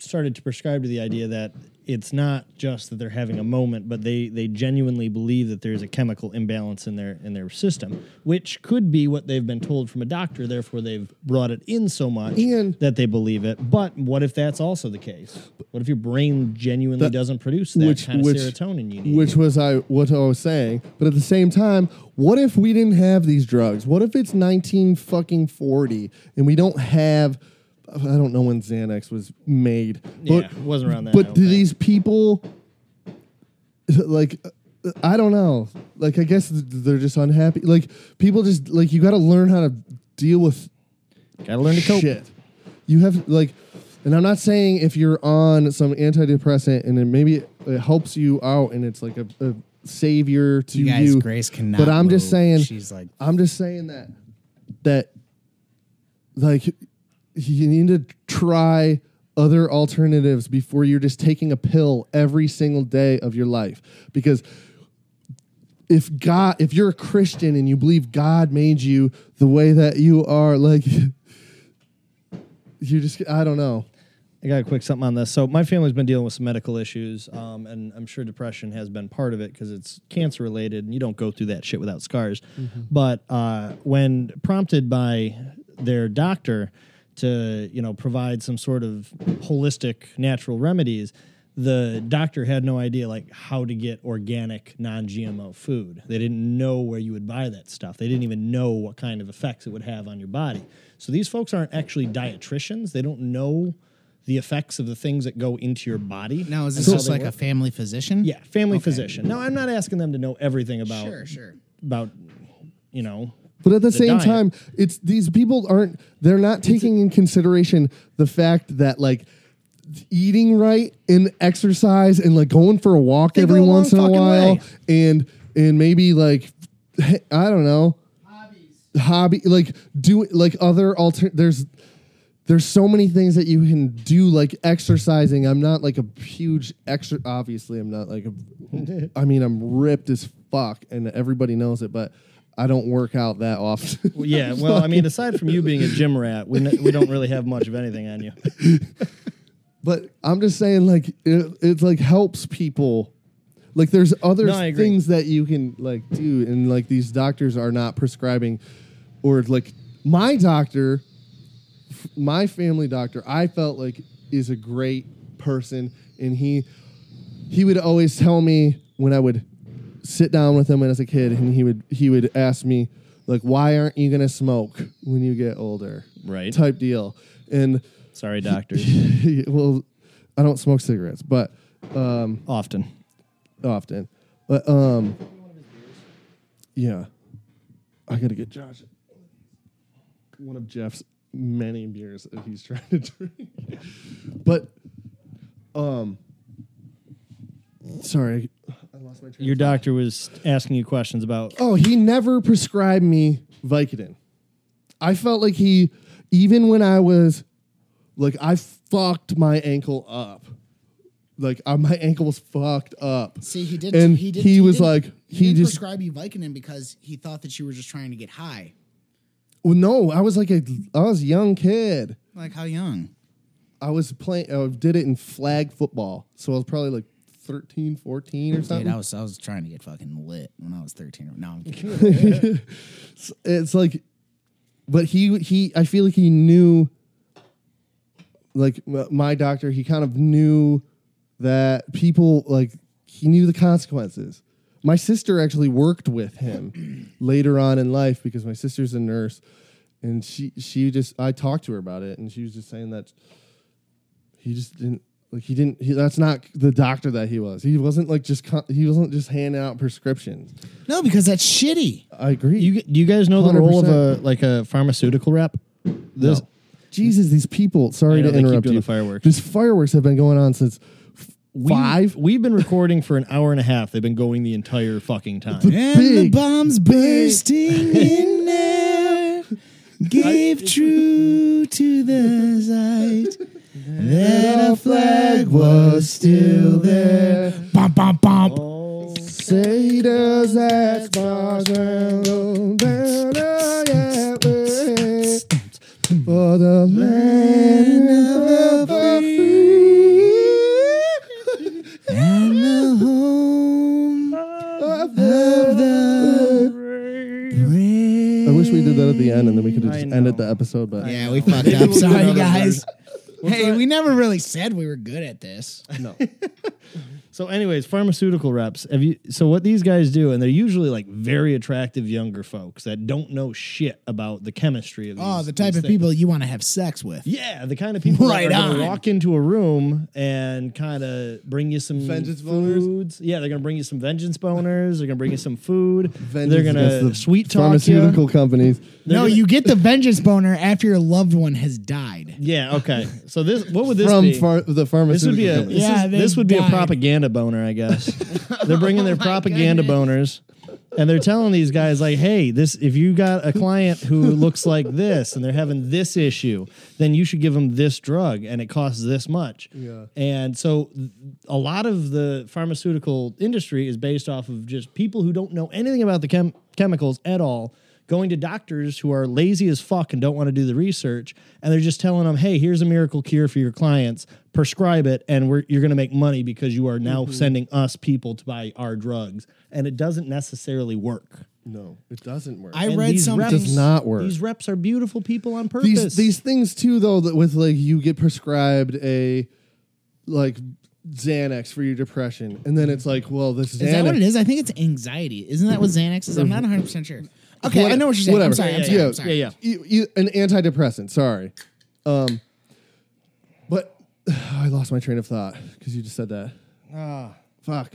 started to prescribe to the idea that it's not just that they're having a moment, but they they genuinely believe that there's a chemical imbalance in their in their system, which could be what they've been told from a doctor. Therefore, they've brought it in so much And- that they believe it. But what if that's also the case? What if your brain genuinely doesn't produce that kind of serotonin you need? Which was I what I was saying. But at the same time, what if we didn't have these drugs? What if it's nineteen fucking forty and we don't have I don't know when Xanax was made. Yeah, it wasn't around that, I But don't do think. these people like uh, I don't know. Like I guess th- they're just unhappy. Like people just like you got to learn how to deal with Gotta learn to cope. Shit. You have like, and I'm not saying if you're on some antidepressant and then maybe it helps you out and it's like a, a savior to you. You guys, Grace cannot But I'm just move. saying, She's like- I'm just saying that that like you need to try other alternatives before you're just taking a pill every single day of your life because if God, if you're a Christian and you believe God made you the way that you are, like you just, I don't know. I got a quick something on this. So my family's been dealing with some medical issues, um, and I'm sure depression has been part of it because it's cancer related, and you don't go through that shit without scars. But uh, when prompted by their doctor to, you know, provide some sort of holistic natural remedies, the doctor had no idea like how to get organic non-gmo food they didn't know where you would buy that stuff they didn't even know what kind of effects it would have on your body so these folks aren't actually dietitians they don't know the effects of the things that go into your body Now, is this So just they like a work- family physician? yeah family physician now i'm not asking them to know everything about Sure, sure. about you know But at the, same diet. time, it's these people aren't, they're not taking in consideration the fact that like eating right and exercise and like going for a walk go every a long once in a fucking while way. and, and maybe like, I don't know, hobby, like do like other alter, there's, there's so many things that you can do, like exercising. I'm not like a huge extra. Obviously, I'm not like a. I mean, I'm ripped as fuck, and everybody knows it, but I don't work out that often. Well, yeah, well, I mean, aside from you being a gym rat, we, n- we don't really have much of anything on you. but I'm just saying, like, it, it like helps people. Like, there's other No, I agree. things that you can like do, and like these doctors are not prescribing, or like my doctor, f- my family doctor, I felt like is a great person, and he he would always tell me when I would sit down with him as a kid, and he would he would ask me like, why aren't you gonna smoke when you get older? Right. Type deal, and Sorry, doctor. well, I don't smoke cigarettes, but Often. often. But um, yeah, I gotta get Josh one of Jeff's many beers that he's trying to drink. but um, sorry, I lost my train. Your doctor was asking you questions about. Oh, he never prescribed me Vicodin. I felt like he, even when I was, like I fucked my ankle up. Like I, my ankle was fucked up. See, he did. And he, did, he was didn't- like, he, he didn't just- prescribe you Vicodin because he thought that you were just trying to get high. Well, no, I was like a, I was a young kid. Like how young? I was playing. I did it in flag football, so I was probably like 13, 14 or something. Dude, I was I was trying to get fucking lit when I was thirteen. No, I'm kidding. it's like but he he i feel like he knew like m- my doctor he kind of knew that people like he knew the consequences my sister actually worked with him later on in life because my sister's a nurse and she she just i talked to her about it and she was just saying that he just didn't like he didn't he, that's not the doctor that he was he wasn't like just con- he wasn't just handing out prescriptions no, because that's shitty. i agree You, g- do you guys know the role of a 100%. like a pharmaceutical rep? This, Jesus, these people. Sorry I know, to they keep interrupt doing you. the fireworks. These fireworks have been going on since f- we- five. We've been recording for an hour and a half. They've been going the entire fucking time. And the Big, bombs bursting in air gave true to the sight that a flag was still there. Bump, bump, bump. Say does that sparkle banner yet wave for the land of the free And the home of the I wish we did that at the end and then we could have I just know. ended the episode. But Yeah, we fucked up. Sorry, guys. Hey, we never really said we were good at this. So, anyways, pharmaceutical reps. Have you? So, what these guys do, and they're usually like very attractive younger folks that don't know shit about the chemistry of. These, Oh, the type these of things. people you want to have sex with. Yeah, the kind of people Right that are gonna on. walk into a room and kind of bring you some Vengeance boners? foods. Yeah, they're gonna bring you some vengeance boners. They're gonna bring you some food. they're vengeance gonna against the sweet talk pharmaceutical companies. you. They're no, gonna- you get the vengeance boner after your loved one has died. Yeah. Okay. So this, what would this from be? far, the this would pharmaceutical be a companies. this, Yeah, is- they Oh this would be a died. propaganda boner, I guess. they're bringing their my propaganda boners, and they're telling these guys like, "Hey, this if you got a client who looks like this and they're having this issue, then you should give them this drug, and it costs this much." Yeah. And so, th- a lot of the pharmaceutical industry is based off of just people who don't know anything about the chem- chemicals at all. Going to doctors who are lazy as fuck and don't want to do the research, and they're just telling them, "Hey, here's a miracle cure for your clients. Prescribe it, and we're, you're going to make money because you are now sending us people to buy our drugs." And it doesn't necessarily work. No, it doesn't work. I And read these something. reps- Does not work. These reps are beautiful people on purpose. these these things too though that with like you get prescribed a like Xanax for your depression and then it's like well this Is that what it Xanax- is? I think it's anxiety. Isn't that what Xanax is? I'm not 100 percent sure. Okay, I know what you're saying. whatever. I'm sorry. I'm Yeah, sorry. yeah, I'm sorry. Mm-hmm. yeah, yeah. you- you- E, an antidepressant sorry um but I lost my train of thought because you just said that Ah, fuck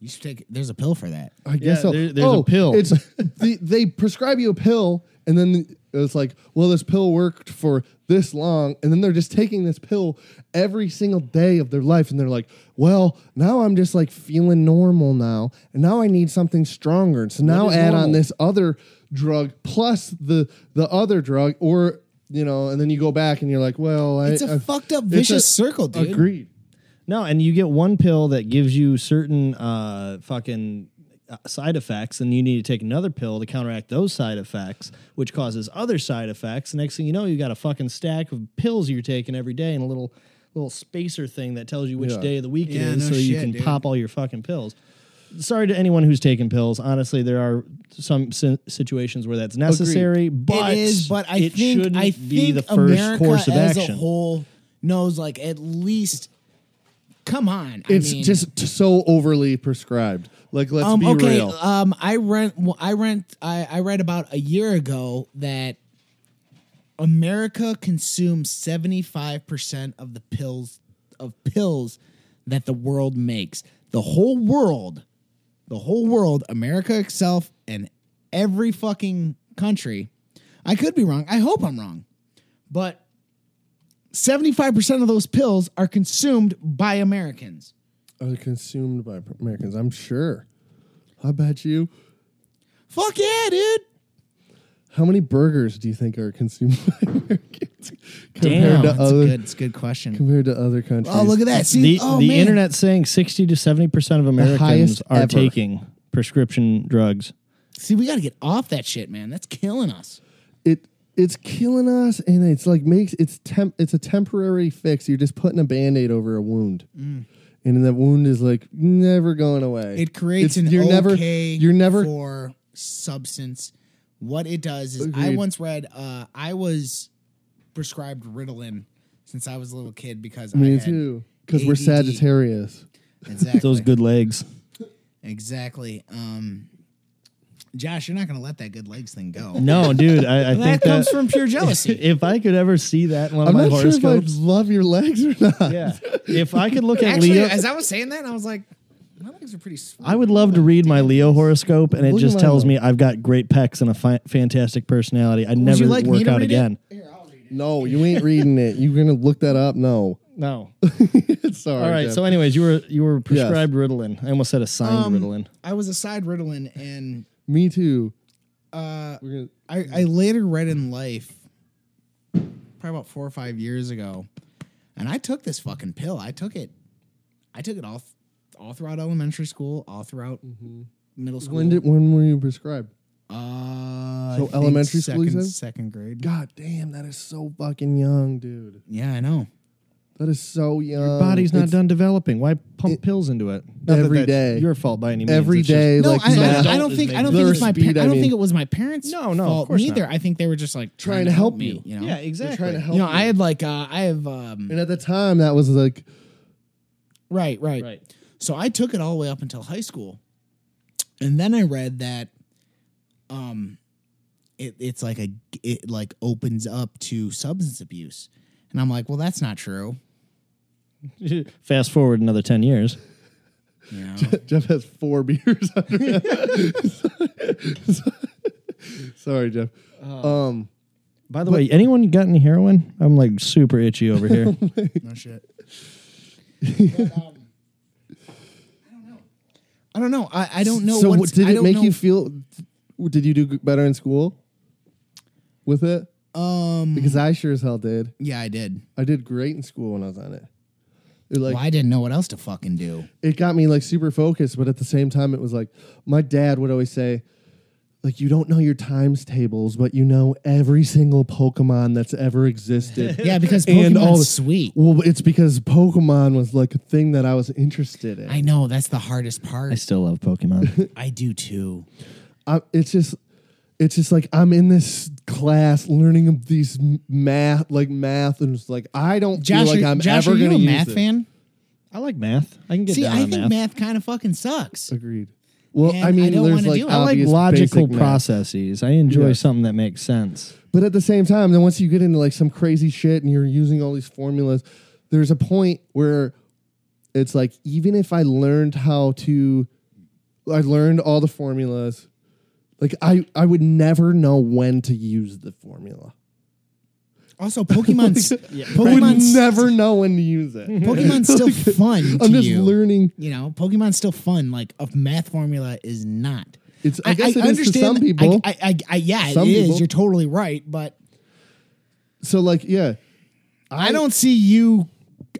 You should take. The's a pill for that. I guess so. there- there's a oh, pill. It's the, they prescribe you a pill, and then it's like, well, this pill worked for this long, and then they're just taking this pill every single day of their life, and they're like, well, now I'm just like feeling normal now, and now I need something stronger, so now is add on normal? this other drug plus the the other drug, or you know, and then you go back and you're like, well, I- It's a uh, I- fucked up it's vicious a- circle, dude. Agreed. No, and you get one pill that gives you certain uh, fucking uh, side effects, and you need to take another pill to counteract those side effects, which causes other side effects. Next thing you know, you got a fucking stack of pills you're taking every day, and a little little spacer thing that tells you which Yeah. day of the week Yeah, it is, no so you shit, can dude. pop all your fucking pills. Sorry to anyone who's taking pills. Honestly, there are some si- situations where that's necessary, but it is, but I it think shouldn't I be think the first America course of as action. a whole knows like at least Come on. It's I mean, just t- so overly prescribed. Like, let's um be okay real. um I rent. well, I rent. I, I read about a year ago that America consumes seventy five percent of the pills of pills that the world makes the whole world, the whole world, America itself, and every fucking country. I could be wrong. I hope I'm wrong. But 75% of those pills are consumed by Americans. Are consumed by Americans? I'm sure. I bet you. Fuck yeah, dude. How many burgers do you think are consumed by Americans compared to that's other good. It's a good question. compared to other countries? Oh, look at that. See, the, oh, the man. internet's saying 60 to 70% of Americans highest are ever. taking prescription drugs. See, we got to get off that shit, man. That's killing us. it it's killing us and it's like makes it's temp it's a temporary fix you're just putting a band-aid over a wound and then that wound is like never going away Mm. It creates It's- an you're never okay you're never for substance. What it does is I Agreed. once read uh, I was prescribed Ritalin since I was a little kid because I me had too because we're ADD. sagittarius Exactly. Those good legs. Exactly. Um, Josh, you're not going to let that good legs thing go. No, dude, I, I think that comes that- from pure jealousy. if I could ever see that in one of i'm my not sure if i horoscopes, love your legs or not yeah. If I could look at Actually, Leo, as I was saying that, I was like, my legs are pretty. Sweet. I would love to read my Leo horoscope, and it Look at just mine, tells though. me I've got great pecs and a fi- fantastic personality. I never you like me work to out read it? again. no you ain't reading it you're gonna look that up no No. sorry All right. Jeff. So, anyways, you were you were prescribed Ritalin. I almost said assigned Um, Ritalin. I was aside Ritalin, and me too uh we're gonna I, I later read in life, probably about four or five years ago, and I took this fucking pill. I took it. I took it all, all throughout elementary school, all throughout middle school. Mm-hmm. when did when were you prescribed uh, I So think elementary school, you second, said? second grade. god damn that is so fucking young dude Yeah, I know. that is so young your body's not done developing. Why pump pills into it? Not Um, every that that's day. Your fault by any means. every It's just- day No, like I, I, mad- I don't is think I don't making- think it's my Speed, par- I I don't mean. think it was my parents. No, no, of fault course neither. not. I think they were just like Trying to help you. me. You know, yeah, They're exactly. trying to help you know, I had like uh, I have And um at the time, that was like, right, right, Right. So I took it all the way up until high school, and then I read that um, it, it's like a it like opens up to substance abuse, and I'm like, well, that's not true. Fast forward another 10 years. You know? Jeff has four beers. under him. Sorry, Jeff. Um, By the way, anyone got any heroin? I'm like super itchy over here. no shit. But, um, I don't know. I don't know. I, I don't know. so, what's- did I it don't make know- you feel? Did you do better in school with it? Um. Because I sure as hell did. Yeah, I did. I did great in school when I was on it. It like well, I didn't know what else to fucking do. it got me like super focused, but at the same time, it was like my dad would always say, like you don't know your times tables, but you know every single Pokemon that's ever existed. Yeah, because Pokemon's And all the- sweet. Well, it's because Pokemon was like a thing that I was interested in. I know that's the hardest part. I still love Pokemon. I do too. I, it's just, it's just like I'm in this class learning of these m- math, like math, and it's like I don't Josh, feel like are, I'm Josh, ever are you going a to math fan? I like math. I can get See, down I on think math, math. kind of fucking sucks. Agreed. Well, And I I mean, don't there's wanna like do it. I I like obvious logical basic math. processes. I enjoy Yeah. something that makes sense. But at the same time, then once you get into like some crazy shit and you're using all these formulas, there's a point where it's like even if I learned how to I learned all the formulas, like I I would never know when to use the formula. Also, Pokemon's I would Pokemon's never know when to use it. Pokemon's still fun to I'm just you. learning. you know, Pokemon's still fun. Like a math formula is not. It's I, guess it is to some I- people. I, I, I, yeah, Some it is. people. You're totally right, but So like, yeah, I don't see you.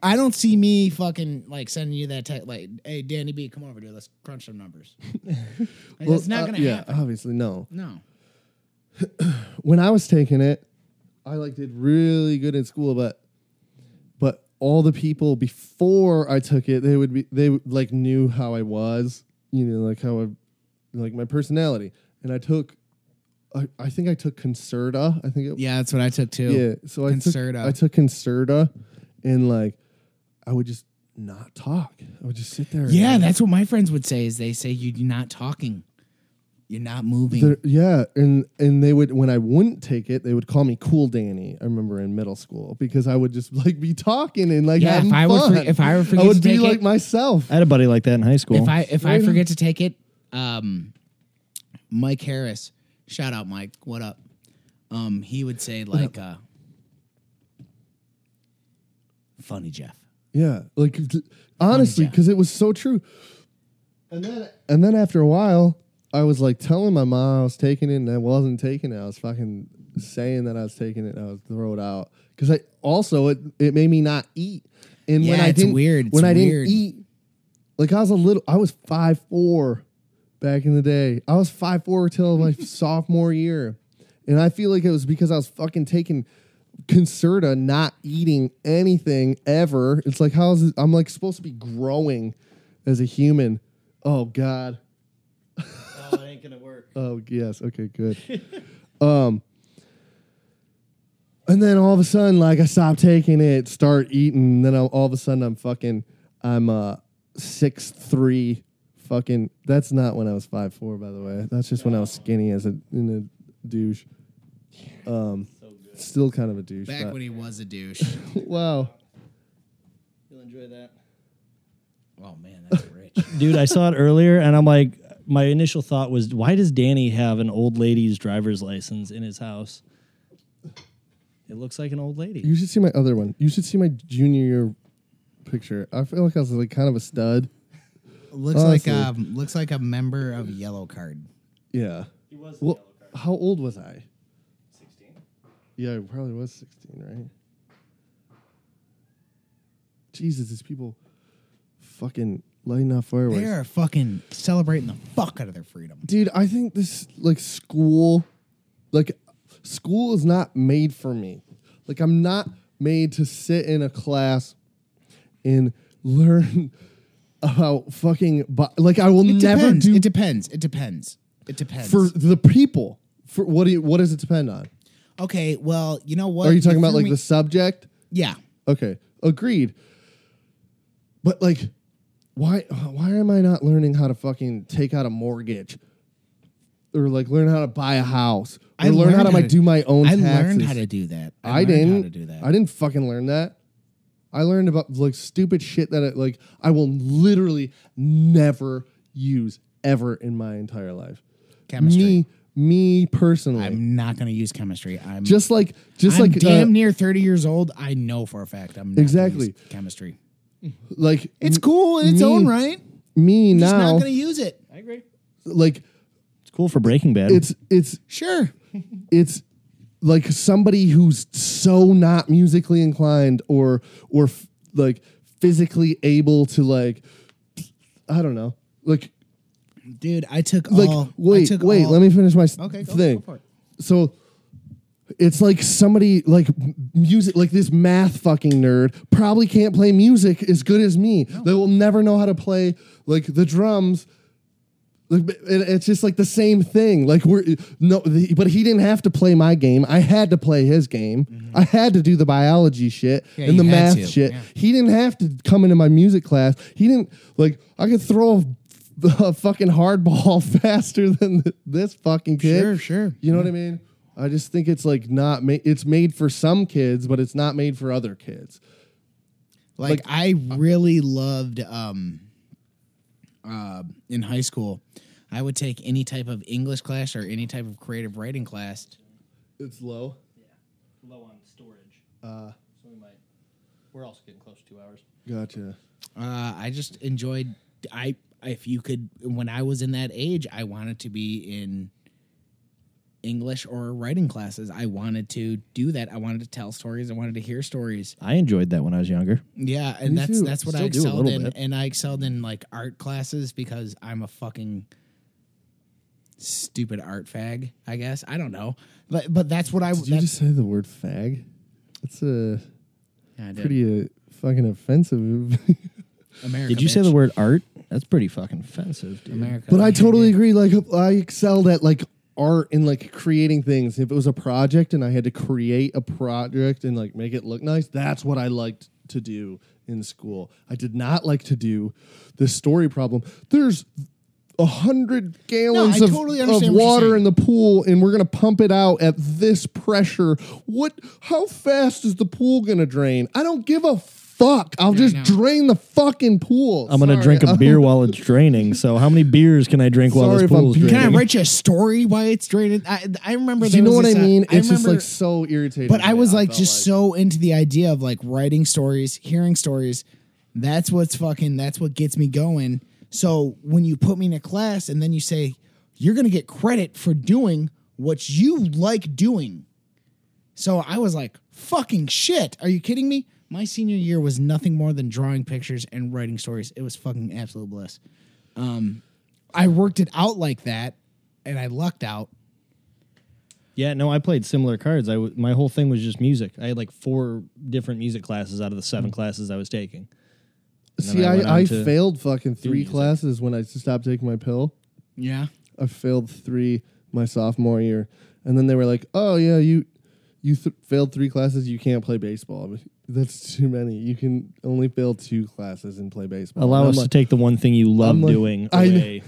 I don't see me fucking like sending you that text like, "Hey, Danny B, come over, dude. Let's crunch some numbers." Like, Well, that's not uh, gonna yeah, happen. obviously no. No. When I was taking it, I like did really good in school, but but all the people before I took it, they would be they like knew how I was, you know, like how I like my personality. And I took, I, I think I took Concerta. I think it Yeah, that's what I took too. Yeah. So I Concerta. took I took Concerta, and like I would just not talk. I would just sit there. and, Yeah, like, that's what my friends would say. Is they say you're not talking, you're not moving. there- yeah, and and they would when I wouldn't take it, they would call me Cool Danny. I remember in middle school because I would just like be talking and like Yeah, having if I were fun. free- if I were free I to would be take like it- myself. I had a buddy like that in high school. if I if I Right on. forget to take it, um, Mike Harris, shout out Mike, what up? Um, he would say like, uh, "Funny Jeff." Yeah, like th- honestly, because it was so true. And then and then after a while, I was like telling my mom I was taking it and I wasn't taking it. I was fucking saying that I was taking it and I was throw it out because I also it it made me not eat. And when Yeah, I it's didn't weird. It's when I weird. didn't eat, like I was a little, I was five four back in the day. I was five four till my sophomore year, and I feel like it was because I was fucking taking Concerta, not eating anything ever. It's like how is it, I'm like supposed to be growing as a human. Oh God. oh, it ain't gonna work. Oh yes. Okay. Good. um. And then all of a sudden, like I stop taking it, start eating. Then I'll, all of a sudden, I'm fucking, I'm uh six three, fucking. That's not when I was five four, by the way. That's just when I was skinny as a in a douche. Um, still kind of a douche. Back but- when he was a douche. wow. You'll enjoy that, Oh man, that's rich. dude. I saw it earlier, and I'm like, my initial thought was, why does Danny have an old lady's driver's license in his house? It looks like an old lady. You should see my other one. You should see my junior year picture. I feel like I was like kind of a stud. looks Honestly. like um looks like a member of Yellow Card. Yeah. He was. Well, how old was I? Sixteen. Yeah, I probably was sixteen, right? Jesus, these people fucking lighting off fireworks. They are fucking celebrating the fuck out of their freedom. Dude, I think this like school, like school is not made for me. Like I'm not made to sit in a class and learn about fucking bi- like I will It never depends. do it depends. It depends. It depends. for the people. For what do you, what does it depend on? okay, well, you know what? Are you talking about threw like me- the subject? Yeah. Okay, agreed. But like, why why am I not learning how to fucking take out a mortgage, or like learn how to buy a house, or I learn how learned to, how like, to- do my own? I taxes? learned how to do that. I, learned didn't. how to do that. I didn't fucking learn that. I learned about like stupid shit that I, like I will literally never use ever in my entire life. Chemistry. Me, me personally, I'm not going to use chemistry. I'm just like just I'm like uh, damn near 30 years old. I know for a fact I'm not gonna Exactly. use chemistry. like It's cool in its me- own right. me Just now. not going to use it. I agree. like It's cool for Breaking Bad. it's it's Sure. it's like somebody who's so not musically inclined or or f- like physically able to like I don't know like Dude, I took like all I wait took wait all- let me finish my s- Okay, go, thing go for it. so it's like somebody like m- music like this math fucking nerd probably can't play music as good as me they will never know how to play like the drums like b- it- it's just like the same thing like we're no the, but he didn't have to play my game i had to play his game i had to do the biology shit Mm-hmm. Yeah, and the you had math to, shit yeah. he didn't have to come into my music class he didn't like i could throw a, a fucking hardball faster than th- this fucking kid Sure, sure. you know what I mean? I just think it's like not made. It's made for some kids, but it's not made for other kids. Like, I really loved um uh in high school, I would take any type of English class or any type of creative writing class. It's low. low on storage. Uh, so we might. We're also getting close to two hours. Gotcha. Uh I just enjoyed. I if you could, when I was in that age, I wanted to be in English or writing classes. I wanted to do that. I wanted to tell stories. I wanted to hear stories. I enjoyed that when I was younger. Yeah, and Me that's too. that's what I Still do a excelled little in, bit. and I excelled in like art classes because I'm a fucking stupid art fag. I guess I don't know, but but that's what I. Did you that's- just say the word fag? That's a Yeah, I did. pretty uh, fucking offensive. America, Did you say bitch. the word art? That's pretty fucking offensive, dude. America? but I totally agree. Like I excelled at like art and like creating things. If it was a project and I had to create a project and like make it look nice, that's what I liked to do in school. I did not like to do the story problem. There's a hundred gallons of, totally of understand what you're water in saying. the pool and we're gonna pump it out at this pressure. What how fast is the pool gonna drain? I don't give a fuck. I'll just drain the fucking pool. I'm gonna Sorry, drink a I'm- beer while it's draining. So how many beers can I drink while Sorry this if I'm pool's being- draining? Can I write you a story why it's draining? I, I remember. Do you there know was what I this, uh, mean? it's just remember- like so irritating. But to I me, was like felt just so into the idea of like writing stories, hearing stories. That's what's fucking that's what gets me going. So when you put me in a class and then you say you're going to get credit for doing what you like doing. So I was like, "Fucking shit. Are you kidding me?" My senior year was nothing more than drawing pictures and writing stories. It was fucking absolute bliss. Um I worked it out like that and I lucked out. Yeah, no, I played similar cards. I w- my whole thing was just music. I had like four different music classes out of the seven classes I was taking. And then Mm. See, went I, on I, to- failed fucking three music. classes when I stopped taking my pill. Yeah. I failed three my sophomore year, and then they were like, "Oh yeah, you you th- failed three classes. You can't play baseball. I'm like, That's too many. You can only fail two classes and play baseball." Allow And us I'm to like, take the one thing you love I'm like- doing I know. away,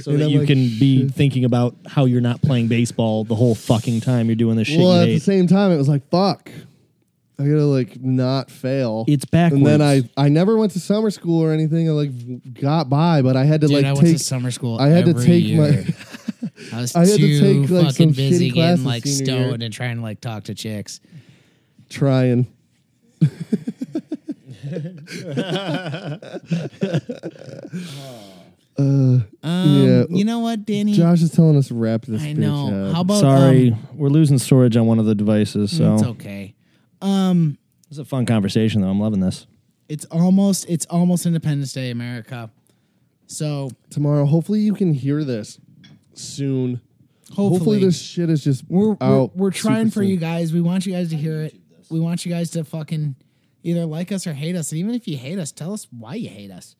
so And that I'm you like, can be thinking about how you're not playing baseball the whole fucking time you're doing this shit. Well, you at the hate. same time, it was like, "Fuck." I gotta like not fail. It's And then I backwards. I never went to summer school or anything. I like got by, but I had to Dude, like I take went to summer school. I had to every take year. my I was I had to too take, like, some fucking shitty busy classes getting like senior year. stoned and trying to like talk to chicks. trying. Um, Yeah. you know what, Danny? Josh is telling us to wrap this. I bitch uh, know. up. How about Sorry, um, we're losing storage on one of the devices. So It's Mm, it's okay. a fun conversation, though. I'm loving this. it's almost it's almost Independence Day, America. So tomorrow. Hopefully, you can hear this soon. hopefully, this shit is just we're, we're out we're trying super for you soon. guys. We want you guys to hear it. We want you guys to fucking either like us or hate us. And even if you hate us, tell us why you hate us.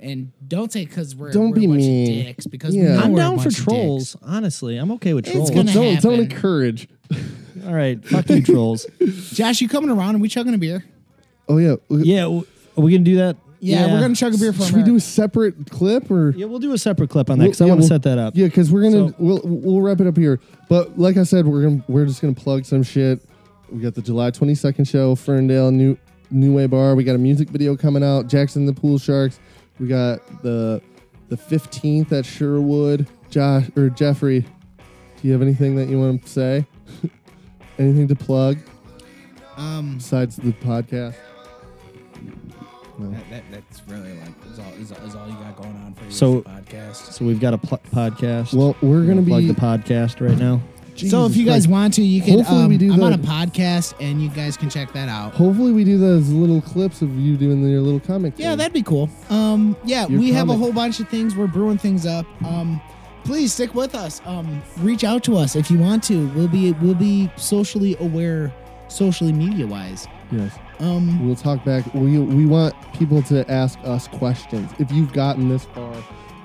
And don't say because we're Don't we're be a bunch of mean. dicks because Yeah. we know I'm we're a bunch of dicks. Honestly, I'm okay with trolls. gonna Don't, don't happen. encourage. All right, fuck you, trolls. Josh, you coming around and we chugging a beer? Oh yeah. yeah. Yeah, w- are we gonna do that? Yeah, we're gonna chug a beer for Should we do a America. separate clip or? Yeah, we'll do a separate clip on that because We'll- I yeah, want to we'll- set that up. Yeah, because we're gonna So- we'll we'll wrap it up here. But like I said, we're gonna we're just gonna plug some shit. We got the July twenty second show, Ferndale New New Way Bar. We got a music video coming out, Jackson the Pool Sharks. We got the the fifteenth at Sherwood. Josh or Jeffrey, do you have anything that you want to say? anything to plug Um, besides the podcast? That, that, that's really like is all, is, all- is all you got going on for your So- podcast. So we've got a pl- podcast. Well, we're gonna plug be- the podcast right now. so Jesus if you guys Christ. want to, you can. Hopefully Um, we do I'm on a that. podcast and you guys can check that out. hopefully we do those little clips of you doing your little comic. Yeah, thing. that'd be cool. Um, yeah, Your we have a comic. whole bunch of things. We're brewing things up. Um, please stick with us. Um, reach out to us if you want to. We'll be we'll be socially aware, socially media wise. yes. Um, We'll talk back. We, we want people to ask us questions. If you've gotten this far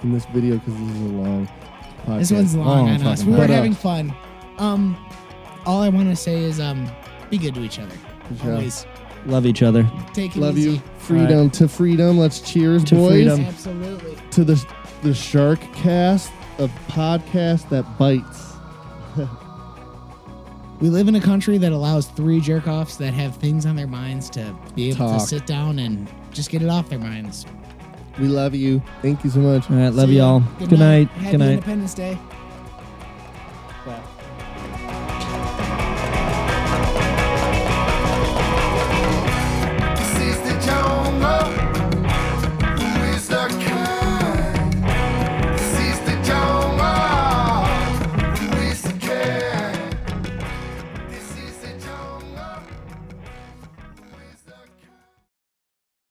in this video, because this is a long podcast. this one's long Oh, on us. fucking We were hell. having fun. Um, all I want to say is um, be good to each other. Yeah. Always Love each other. take it Love easy. you. Freedom to freedom. Let's cheers, To boys. freedom. Absolutely. To the, the shark cast, a podcast that bites. We live in a country that allows three jerk offs that have things on their minds to be able Talk. to sit down and just get it off their minds. We love you. Thank you so much. All right, love See ya. y'all. Good, night. Happy Good night. Independence Day. Bye.